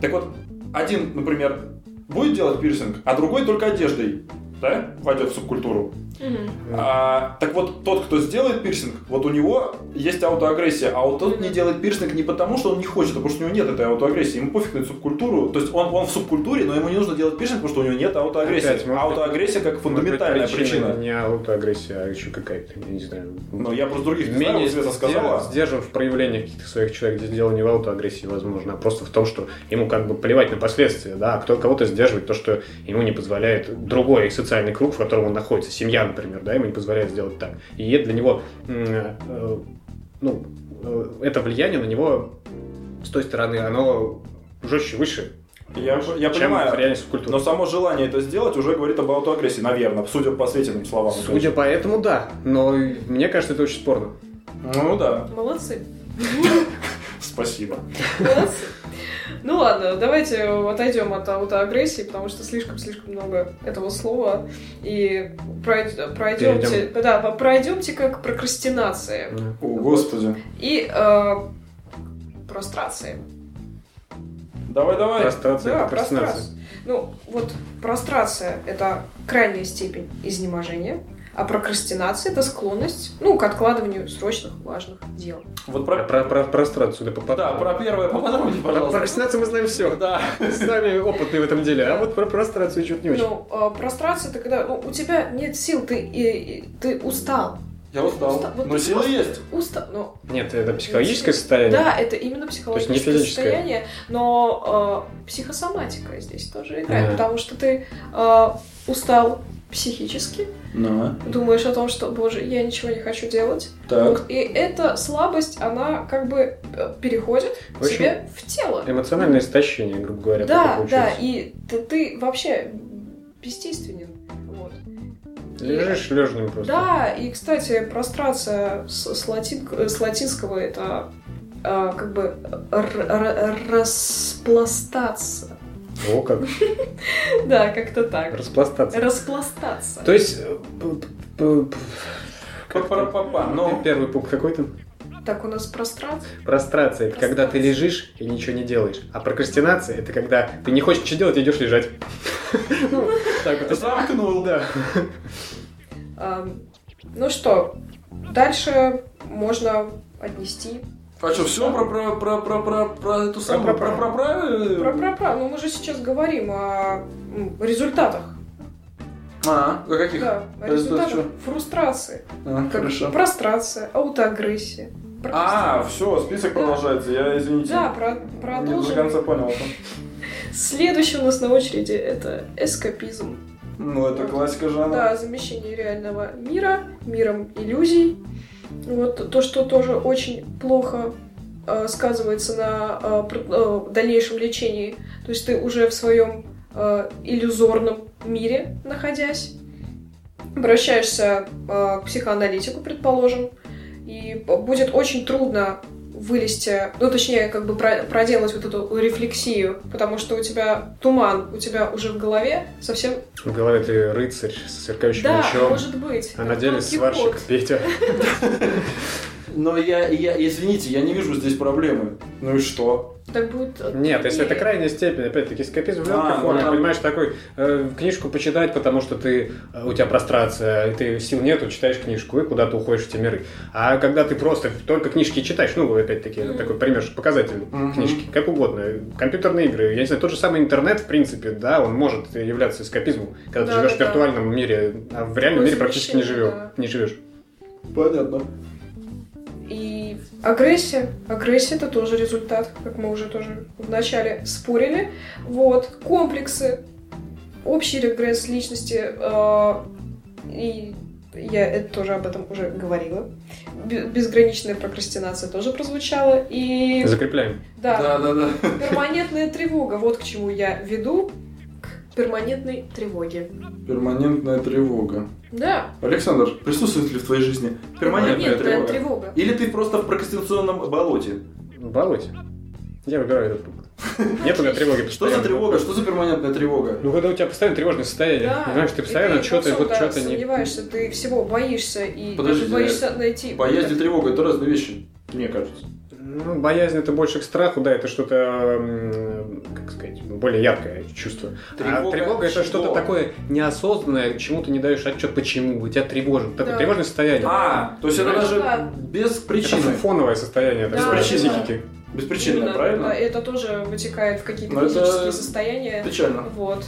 S1: Так вот, один, например, будет делать пирсинг, а другой только одеждой, да, войдет в субкультуру.
S3: Мгм.
S1: А, так вот, тот, кто сделает пирсинг, вот у него есть аутоагрессия, а вот тот не делает пирсинг не потому, что он не хочет, а потому что у него нет этой аутоагрессии. Ему пофиг на эту субкультуру. То есть он, он в субкультуре, но ему не нужно делать пирсинг, потому что у него нет аутоагрессии.
S2: Опять, может быть,
S1: аутоагрессия как
S2: Может быть,
S1: фундаментальная причина.
S2: Не аутоагрессия, а еще какая-то, я не знаю.
S1: Ну, я просто других не знаю,
S2: Менее
S1: вот Света сказала.
S2: сдержан, сдержан в проявлениях каких-то своих человек, где дело не в аутоагрессии, возможно, а просто в том, что ему как бы плевать на последствия, да, а кто кого-то сдерживает, то, что ему не позволяет другой социальный круг, в котором он находится, семья, например, да, ему не позволяет сделать так. И это для него, м, э, ну, э, это влияние на него с той стороны, оно жестче, выше,
S1: Я, я
S2: чем в
S1: понимаю.
S2: реальности культуры.
S1: Но само желание это сделать уже говорит об аутоагрессии, наверное, судя по Светиным словам.
S2: Судя по этому, да. Но мне кажется, это очень спорно.
S1: Ну да,
S3: Молодцы.
S1: спасибо.
S3: Молодцы. Ну ладно, давайте отойдем от аутоагрессии, потому что слишком-слишком много этого слова. И пройд- пройдемте, да, пройдемте как прокрастинации
S1: О, господи.
S3: и э, прострации.
S1: Давай, давай.
S2: Прострация,
S3: Да,
S2: прокрастинация.
S3: Ну, вот прострация – это крайняя степень изнеможения, а прокрастинация – это склонность, ну, к откладыванию срочных важных дел.
S1: Вот
S2: Про,
S1: про...
S2: про, про прострацию, да, попадал.
S1: Да, про первое поподробнее,
S2: Про
S1: пожалуйста.
S2: прокрастинацию мы знаем все.
S1: Да.
S2: С нами опытные в этом деле. А вот про прострацию чуть не очень.
S3: Ну, э, прострация – это когда ну, у тебя нет сил, ты, и- и- ты устал.
S1: Я устал.
S3: Уста- вот
S1: Но
S3: ты
S1: силы
S3: просто-
S1: есть.
S3: Устал, ну,
S2: Нет, это психологическое состояние.
S3: да, это именно
S2: не
S3: психологическое
S2: физическое.
S3: состояние, но э, психосоматика здесь тоже играет,
S2: Ага.
S3: потому что ты э, устал психически,
S1: Ну,
S3: думаешь о том, что, боже, я ничего не хочу делать,
S1: так.
S3: Вот, И эта слабость, она как бы э, переходит
S2: В общем,
S3: тебе в тело.
S2: Эмоциональное истощение, грубо говоря, такое
S3: Да, да,
S2: получается.
S3: и ты, ты вообще бестественен. Вот.
S2: Лежишь лежным просто.
S3: Да, и, кстати, прострация с, с латин- э, с латинского это э, как бы р- р- распластаться. [LAUGHS]
S2: О, как.
S3: Да, как-то так.
S2: Распластаться.
S3: Распластаться.
S2: То есть... э, п- п- п- как там?
S1: Папа,
S2: Ну,
S1: ну.
S2: первый пункт какой-то?
S3: Так у нас прострация.
S2: Прострация – это когда ты
S3: Прострация.
S2: лежишь и ничего не делаешь. А прокрастинация – это когда ты не хочешь ничего делать и идешь лежать. [LAUGHS] Ну, так вот.
S1: Замкнул, да.
S3: Эм, Ну что, дальше можно отнести
S1: А что, все про, про, про, про, про, про эту самую... Про,
S2: про-
S1: про, э, про...
S3: Про про про, ну мы же сейчас говорим о м, результатах.
S1: А, о каких?
S3: Да, о
S1: Это
S3: результатах
S1: что?
S3: фрустрации.
S1: А,
S3: Как
S1: хорошо.
S3: Прострация, аутоагрессия.
S1: А, все, список
S3: Да.
S1: продолжается, я, извините.
S3: Да, про-
S1: Не до
S3: продолжим.
S1: конца понял.
S3: Следующий у нас на очереди это эскапизм.
S1: Ну, это классика жанра.
S3: Да, замещение реального мира миром иллюзий. Вот то, что тоже очень плохо э, сказывается на э, пр- э, дальнейшем лечении. То есть ты уже в своем э, иллюзорном мире находясь, обращаешься э, к психоаналитику, предположим, и будет очень трудно вылезти, ну точнее, как бы про- проделать вот эту рефлексию, потому что у тебя туман, у тебя уже в голове совсем...
S2: В голове ты рыцарь с сверкающим
S3: да,
S2: мечом,
S3: может быть.
S2: а
S3: как
S2: на деле
S3: Дон
S2: сварщик
S3: Кихот.
S2: Петя.
S1: Но я, я, извините, я не вижу здесь проблемы. Ну и что?
S3: Так будет... э,
S2: Нет, если это
S3: труднее.
S2: крайняя степень, опять-таки, эскапизм в
S1: А,
S2: легкой
S1: ну
S2: форме,
S1: там-
S2: понимаешь, такой, э, книжку почитать, потому что ты, э, у тебя прострация, и ты сил нету, читаешь книжку и куда-то уходишь в те миры. А когда ты просто только книжки читаешь, ну, опять-таки,
S3: Мгм.
S2: такой пример же показательный,
S1: Мгм.
S2: книжки, как угодно, э, компьютерные игры, я не знаю, тот же самый интернет, в принципе, да, он может являться эскапизмом, когда ты
S3: Да,
S2: живешь в
S3: да, да.
S2: виртуальном мире, а в реальном
S3: Такое
S2: мире практически не,
S3: замещение,
S2: живешь,
S3: да.
S2: не живешь.
S1: Понятно.
S3: И агрессия. Агрессия это тоже результат, как мы уже тоже вначале спорили. Вот. Комплексы. Общий регресс личности. э, и я это тоже об этом уже говорила. Бе- Безграничная прокрастинация тоже прозвучала. И
S2: Закрепляем.
S3: да,
S1: да, да.
S3: перманентная тревога. Вот к чему я веду. К перманентной тревоге.
S1: Перманентная тревога.
S3: Да,
S1: Александр, присутствует ли в твоей жизни перманентная тревога?
S3: тревога.
S1: Или ты просто в прокрастинационном болоте?
S2: Балуйте. Я выбираю этот пункт. Нет у меня тревоги.
S1: Что за
S2: постоянно.
S1: тревога? Что за перманентная тревога?
S2: Ну, когда у тебя постоянно тревожное состояние,
S3: Да.
S2: понимаешь, ты постоянно
S3: И ты во
S2: что-то,
S3: всём,
S2: вот
S3: да,
S2: что-то не...
S3: сомневаешься, ты всего боишься и
S1: Подожди,
S3: даже боишься найти...
S1: Боязнь и Типа, тревога это разные вещи, мне кажется.
S2: Ну, боязнь это больше к страху, да, это что-то, м, как сказать, более яркое чувство. Тревога, а
S1: Тревога
S2: тревога это
S1: чего?
S2: что-то такое неосознанное, чему ты не даешь отчет, почему, у тебя тревожит, такое
S3: Да.
S2: тревожное состояние.
S1: А, то есть это
S2: Понимаешь?
S1: даже
S3: Да.
S1: без
S2: это
S1: причины.
S2: фоновое состояние,
S3: Да,
S2: такое,
S1: да, да.
S2: психики.
S1: Беспричинное,
S3: Именно, да,
S1: правильно?
S3: это тоже вытекает в какие-то
S1: Но это-
S3: физические состояния.
S1: Печально.
S3: Вот.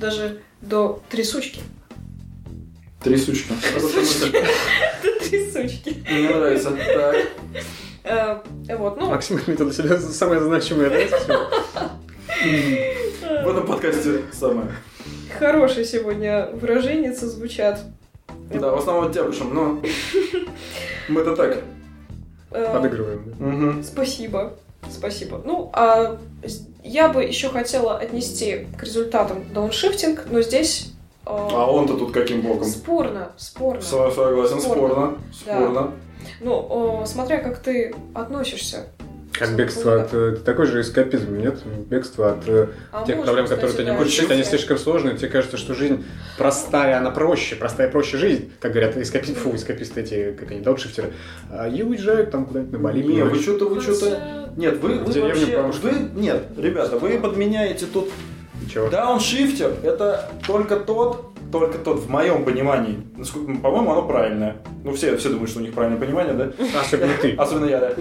S3: Даже до трясучки.
S1: Три сучки. Хорошая мысль.
S3: До трясучки.
S1: Мне нравится. Так.
S3: Э, Вот, ну...
S2: Максим [LAUGHS] отметил для себя самое значимое, да, из всего?
S3: э,
S1: В этом подкасте самое.
S3: Хорошие сегодня выраженницы звучат.
S1: Да, в основном тяпышем, но... Мы-то так.
S3: Э,
S2: Подыгрываем.
S1: Мгм.
S3: Спасибо. Спасибо. Ну, а с- я бы еще хотела отнести к результатам дауншифтинг, но здесь... э,
S1: А он-то тут каким боком?
S3: Спорно, спорно.
S1: Со- Согласен, спорно.
S3: Спорно.
S1: Спорно.
S3: Ну, э, смотря как ты относишься.
S2: Как бегство от... э, такой же эскапизм, нет? Бегство от э,
S3: А
S2: тех
S3: может,
S2: проблем, которые
S3: кстати,
S2: ты не
S3: да,
S2: хочешь решить, они
S3: если-
S2: слишком сложные, тебе кажется, что жизнь простая, она проще, простая проще жизнь, как говорят эскапи... фу, эскаписты эти, как они, дауншифтеры, А, и уезжают там куда-нибудь на Бали.
S1: Не,
S2: куда-нибудь.
S1: вы что-то,
S3: Ну,
S1: вы что-то...
S3: Хотя-
S1: Нет, вы,
S2: В
S1: вы
S2: деревню,
S1: вообще...
S2: потому что-
S1: Вы... Нет, ребята, вы подменяете тут
S2: Чего?
S1: Дауншифтер это только тот, только тот, в моем понимании, насколько- по-моему, оно правильное. Ну, все, все думают, что у них правильное понимание, да?
S2: Особенно ты.
S1: Особенно я, да.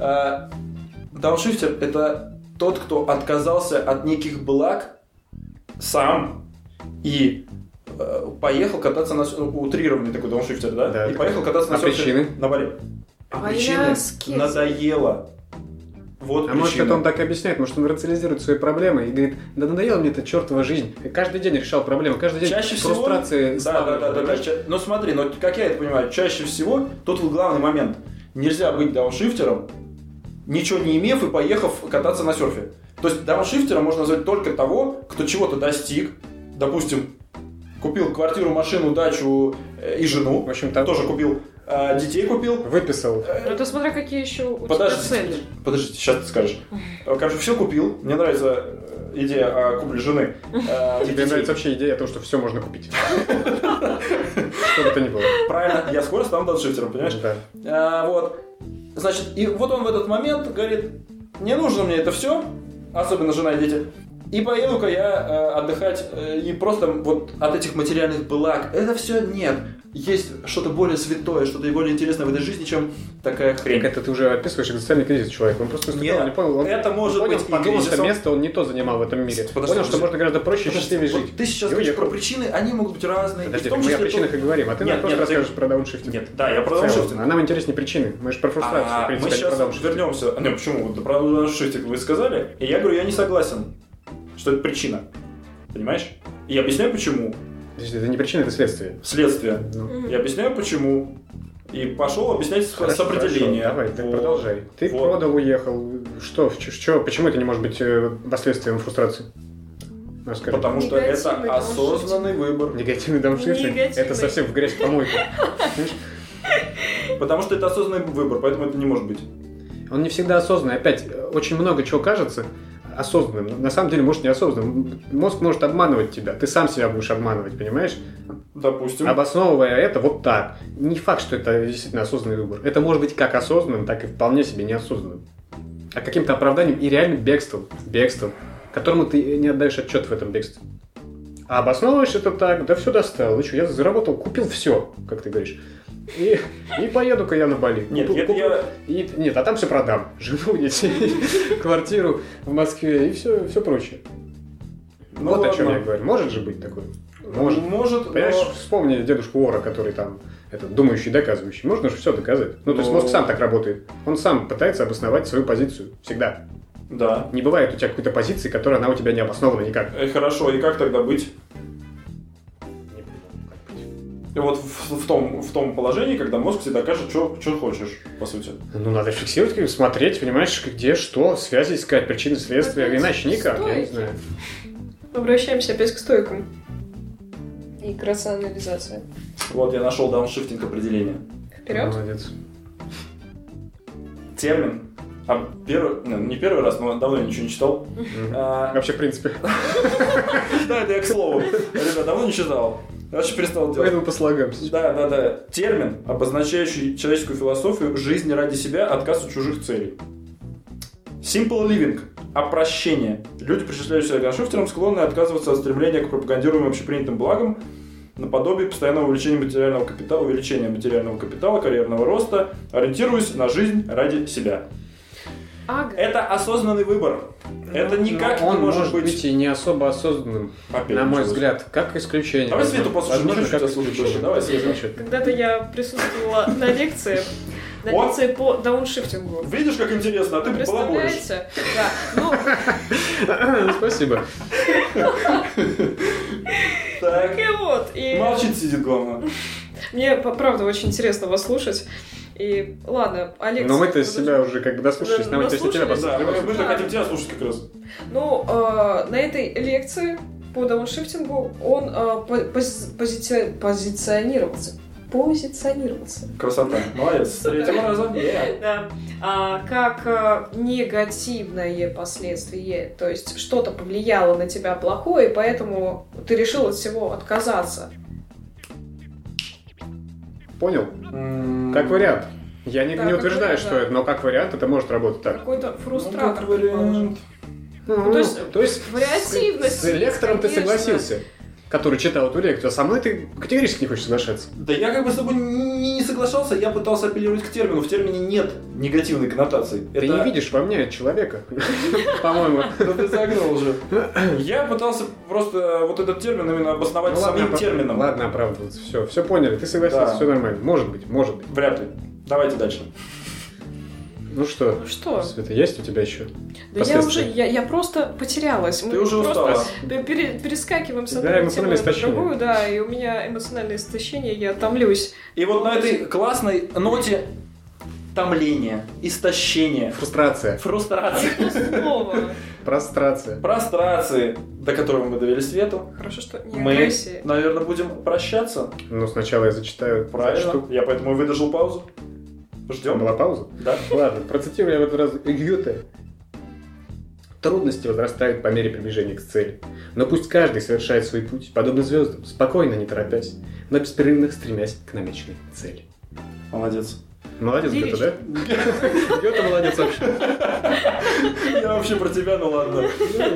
S1: А, Дауншифтер это тот, кто отказался от неких благ сам и э, поехал кататься на... с- ну, Утрированный такой дауншифтер, да?
S2: Да.
S1: И поехал кататься на...
S2: А
S1: серфе
S2: причины?
S1: На Бали. А
S3: А я
S1: причины?
S3: аскез.
S1: Надоело. Вот
S2: А
S1: причина.
S2: может, это он так и объясняет, может, он рационализирует свои проблемы и говорит, да надоела мне эта чертова жизнь. Я каждый день решал проблемы, каждый день
S1: Чаще всего-
S2: фрустрации
S1: Да, да,
S2: ставлю,
S1: да, да, да.
S2: понимаешь?
S1: Ча- Но смотри, но как я это понимаю, чаще всего тот вот главный момент. Нельзя быть дауншифтером, ничего не имев и поехав кататься на серфе. То есть дауншифтером можно назвать только того, кто чего-то достиг. Допустим, купил квартиру, машину, дачу э, и жену.
S2: В общем, там
S1: Тоже купил. а, Детей купил. Э,
S2: выписал.
S3: Ну, Это смотря какие еще у тебя
S1: Подожди,
S3: цели.
S1: подожди, сейчас ты скажешь. Э, Короче, все купил. Мне нравится э, идея о купле жены. э, и
S2: Тебе
S1: детей.
S2: нравится вообще идея о том, что все можно купить. [LAUGHS] Что бы то ни было.
S1: Правильно, я скоро стану дауншифтером, понимаешь?
S2: Да.
S1: А, вот. Значит, и вот он в этот момент говорит, не нужно мне это все, особенно жена и дети, и поеду-ка я э, отдыхать э, и просто вот от этих материальных благ. Это все нет. Есть что-то более святое, что-то более интересное в этой жизни, чем такая
S2: Как
S1: хрень.
S2: это ты уже описываешь экзистенциальный кризис человека. Он просто
S1: Нет,
S2: уступил, не понял. Он
S1: это
S2: он
S1: может
S2: понял,
S1: быть и
S2: подумал, что
S1: кризисом.
S2: место он не то занимал в этом мире.
S1: Подожди,
S2: Понял, что
S1: подожди.
S2: можно гораздо проще и
S1: Подожди,
S2: счастливее
S1: вот
S2: жить.
S1: Ты сейчас
S2: И
S1: говоришь
S2: уехал.
S1: про причины, они могут быть разные. И
S2: Подожди,
S1: в том
S2: так мы о
S1: числе
S2: причинах
S1: тут-
S2: и говорим, а ты
S1: Нет,
S2: нам просто
S1: нет, ты-
S2: расскажешь про дауншифтинг.
S1: Нет, да, я про
S2: В целом.
S1: дауншифтинг.
S2: А нам интереснее причины. Мы же про фрустрацию, в
S1: А, мы
S2: принципе, а не про
S1: сейчас
S2: дауншифтинг.
S1: вернемся. А, Не, почему? Вот про дауншифтинг вы сказали. И я говорю, я не согласен, что это причина. Понимаешь? И я объясняю, почему.
S2: Подожди, Это не причина, это следствие.
S1: Следствие.
S2: Ну,
S3: Мгм.
S1: Я объясняю, почему. И пошел объяснять с- с
S2: хорошо,
S1: определения.
S2: хорошо, Давай, ты
S1: Вот.
S2: продолжай. Ты
S1: Вот.
S2: продал, уехал. Что, в чё- чё- почему это не может быть э, последствием фрустрации? Расскажи.
S1: Потому что
S3: Негативный
S1: это осознанный выбор.
S2: Негативный дауншифтинг – это
S3: Негативный.
S2: совсем в грязь помойку. Понимаешь?
S1: Потому что это осознанный выбор, поэтому это не может быть.
S2: Он не всегда осознанный. Опять, э, очень много чего кажется осознанным. но На самом деле, может, неосознанным. Мозг может обманывать тебя. Ты сам себя будешь обманывать, понимаешь?
S1: Допустим.
S2: А Обосновывая это вот так. Не факт, что это действительно осознанный выбор. Это может быть как осознанным, так и вполне себе неосознанным. А каким-то оправданием и реальным бегством. Бегством, которому ты не отдаешь отчет в этом бегстве. А обосновываешь это так, да все достал, и что, я заработал, купил все, как ты говоришь. И, и поеду-ка я на Бали.
S1: Нет,
S2: Куплю-
S1: это
S2: куплю-
S1: я...
S2: и, нет, а там все продам. [LAUGHS] Жену, детей, квартиру в Москве и все, все прочее.
S1: Ну,
S2: вот о чем я
S1: ладно.
S2: говорю. Может же быть такое? Может.
S1: Может, но-
S2: Понимаешь, вспомни дедушку Ора, который там это, думающий, доказывающий. Можно же все доказать. Ну, то есть
S1: Ну.
S2: мозг сам так работает. Он сам пытается обосновать свою позицию. Всегда.
S1: Да.
S2: Не бывает у тебя какой-то позиции, которая она у тебя не обоснована никак.
S1: Э, Хорошо, и как тогда быть?
S2: Не понимаю, как быть.
S1: И вот в, в том, в том положении, когда мозг тебе докажет, что хочешь, по сути.
S2: Ну, надо фиксировать, как бы, смотреть, понимаешь, где что, связи искать, причины, следствия.
S3: Опять
S2: Иначе никак, я не
S3: стойки.
S2: знаю.
S3: Обращаемся опять к стойкам. И к рационализации.
S1: Вот я нашел дауншифтинг определение.
S3: Вперед.
S2: Молодец.
S1: Термин. А первый, ну, не первый раз, но давно я ничего не читал.
S2: Мгм.
S1: А, [LAUGHS]
S2: Вообще, в принципе.
S1: да, это я к слову. Ребят, давно не читал. Вообще перестал делать.
S2: Поэтому по слогам. сейчас.
S1: Да, да, да. Термин, обозначающий человеческую философию жизни ради себя, отказ от чужих целей. Simple living. Опрощение. Люди, причисляющиеся к дауншифтерам, склонны отказываться от стремления к пропагандируемым общепринятым благам, наподобие постоянного увеличения материального капитала, увеличения материального капитала, карьерного роста, ориентируясь на жизнь ради себя.
S3: Ага.
S1: Это осознанный выбор. Это никак не
S2: Но Ну, он
S1: может,
S2: может
S1: быть,
S2: быть... и не особо осознанным,
S1: Опять
S2: на мой
S1: началось.
S2: взгляд, как исключение.
S1: Давай Свету
S2: Возможно,
S1: послушаем,
S2: возможно,
S1: что тебя
S2: как
S1: слушать
S2: исключение.
S1: больше. Давай, Света.
S2: Слушай.
S3: Когда-то я присутствовала на лекции, на
S1: Вот.
S3: лекции по дауншифтингу.
S1: Видишь, как интересно, а ты
S3: Вы
S1: балаболишь.
S3: представляете? Да. Ну,
S2: [LAUGHS] Спасибо.
S1: Так.
S3: так и вот. И
S1: Молчит сидит, главное.
S3: мне, по- правда, очень интересно вас слушать. И ладно, Олег...
S2: Но мы-то себя уже как бы дослушались,
S3: Да,
S2: нам интересно тебя
S3: дослушались.
S1: Да,
S2: послушать.
S1: мы, мы же
S3: Да.
S1: хотим тебя слушать как раз.
S3: Ну, э, на этой лекции по дауншифтингу он э, по- пози- позиция- позиционировался позиционироваться.
S1: Красота. Молодец. С третьего раза. Yeah.
S3: Да. А, как а, негативное последствие, то есть что-то повлияло на тебя плохое, и поэтому ты решил от всего отказаться.
S2: Понял?
S1: М,
S2: Как вариант. Я не,
S3: Да,
S2: не
S3: как
S2: утверждаю,
S3: вариант,
S2: что
S3: да.
S2: это, но как вариант это может работать так.
S3: Какой-то
S1: ну,
S3: фрустратор.
S1: как вариант.
S3: предположим.
S2: Ну,
S3: то есть
S2: с-
S3: вариативность,
S2: С, лектором ты
S3: конечно.
S2: согласился, который читал эту лекцию, а со мной ты категорически не хочешь соглашаться.
S1: Да я как бы с тобой не, не соглашался, я пытался апеллировать к термину. В термине нет негативной коннотации.
S2: Ты не видишь во мне человека, [LAUGHS] по-моему.
S1: Да [LAUGHS] ты загнул уже. [COUGHS] Я пытался просто вот этот термин именно обосновать
S2: Ну,
S1: самим
S2: оправ-
S1: термином.
S2: Ладно, оправдываться. Все, все поняли. Ты согласился,
S1: Да.
S2: все нормально. Может быть, может быть.
S1: Вряд ли. Давайте дальше.
S2: Ну что,
S3: Ну что?
S2: Света, есть у тебя еще?
S3: Да я уже,
S2: Последствия.
S3: я, я просто потерялась. Мы
S1: Ты уже
S3: просто
S1: устала.
S3: пе- пере- перескакиваем с
S2: Да,
S3: одной темы
S2: эмоциональное
S3: на
S2: истощение.
S3: другую, да, и у меня эмоциональное истощение, я томлюсь.
S1: И вот на этой классной ноте томление, истощение,
S2: Фрустрация.
S1: фрустрации,
S3: Одно слово.
S2: Прострация.
S1: прострации, до которого мы довели свету,
S3: Хорошо, что не
S1: мы,
S3: агрессия.
S1: наверное, будем прочаться.
S2: Ну, сначала я зачитаю
S1: Правильно.
S2: штуку.
S1: Я поэтому и выдержал паузу. Ждем.
S2: Была пауза?
S1: Да.
S2: Ладно, процитирую я в этот раз Гёте. Трудности возрастают по мере приближения к цели. Но пусть каждый совершает свой путь, подобно звездам, спокойно, не торопясь, но беспрерывно стремясь к намеченной цели.
S1: Молодец.
S2: Молодец Гёте,
S3: Лирично.
S2: да? Гёте молодец вообще.
S1: [LAUGHS] Я вообще про тебя, ну ладно.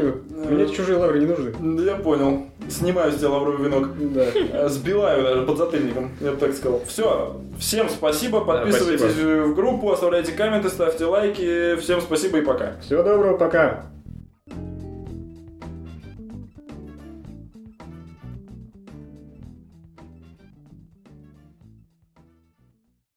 S2: Ну, Мне чужие лавры не нужны.
S1: Да Я понял. Снимаю с тебя лавровый венок.
S2: Да.
S1: Э, Сбиваю даже под затыльником, я бы так сказал. Все, всем спасибо, подписывайтесь
S2: спасибо.
S1: э, в группу, оставляйте комменты, ставьте лайки. Всем спасибо и пока.
S2: Всего доброго, пока.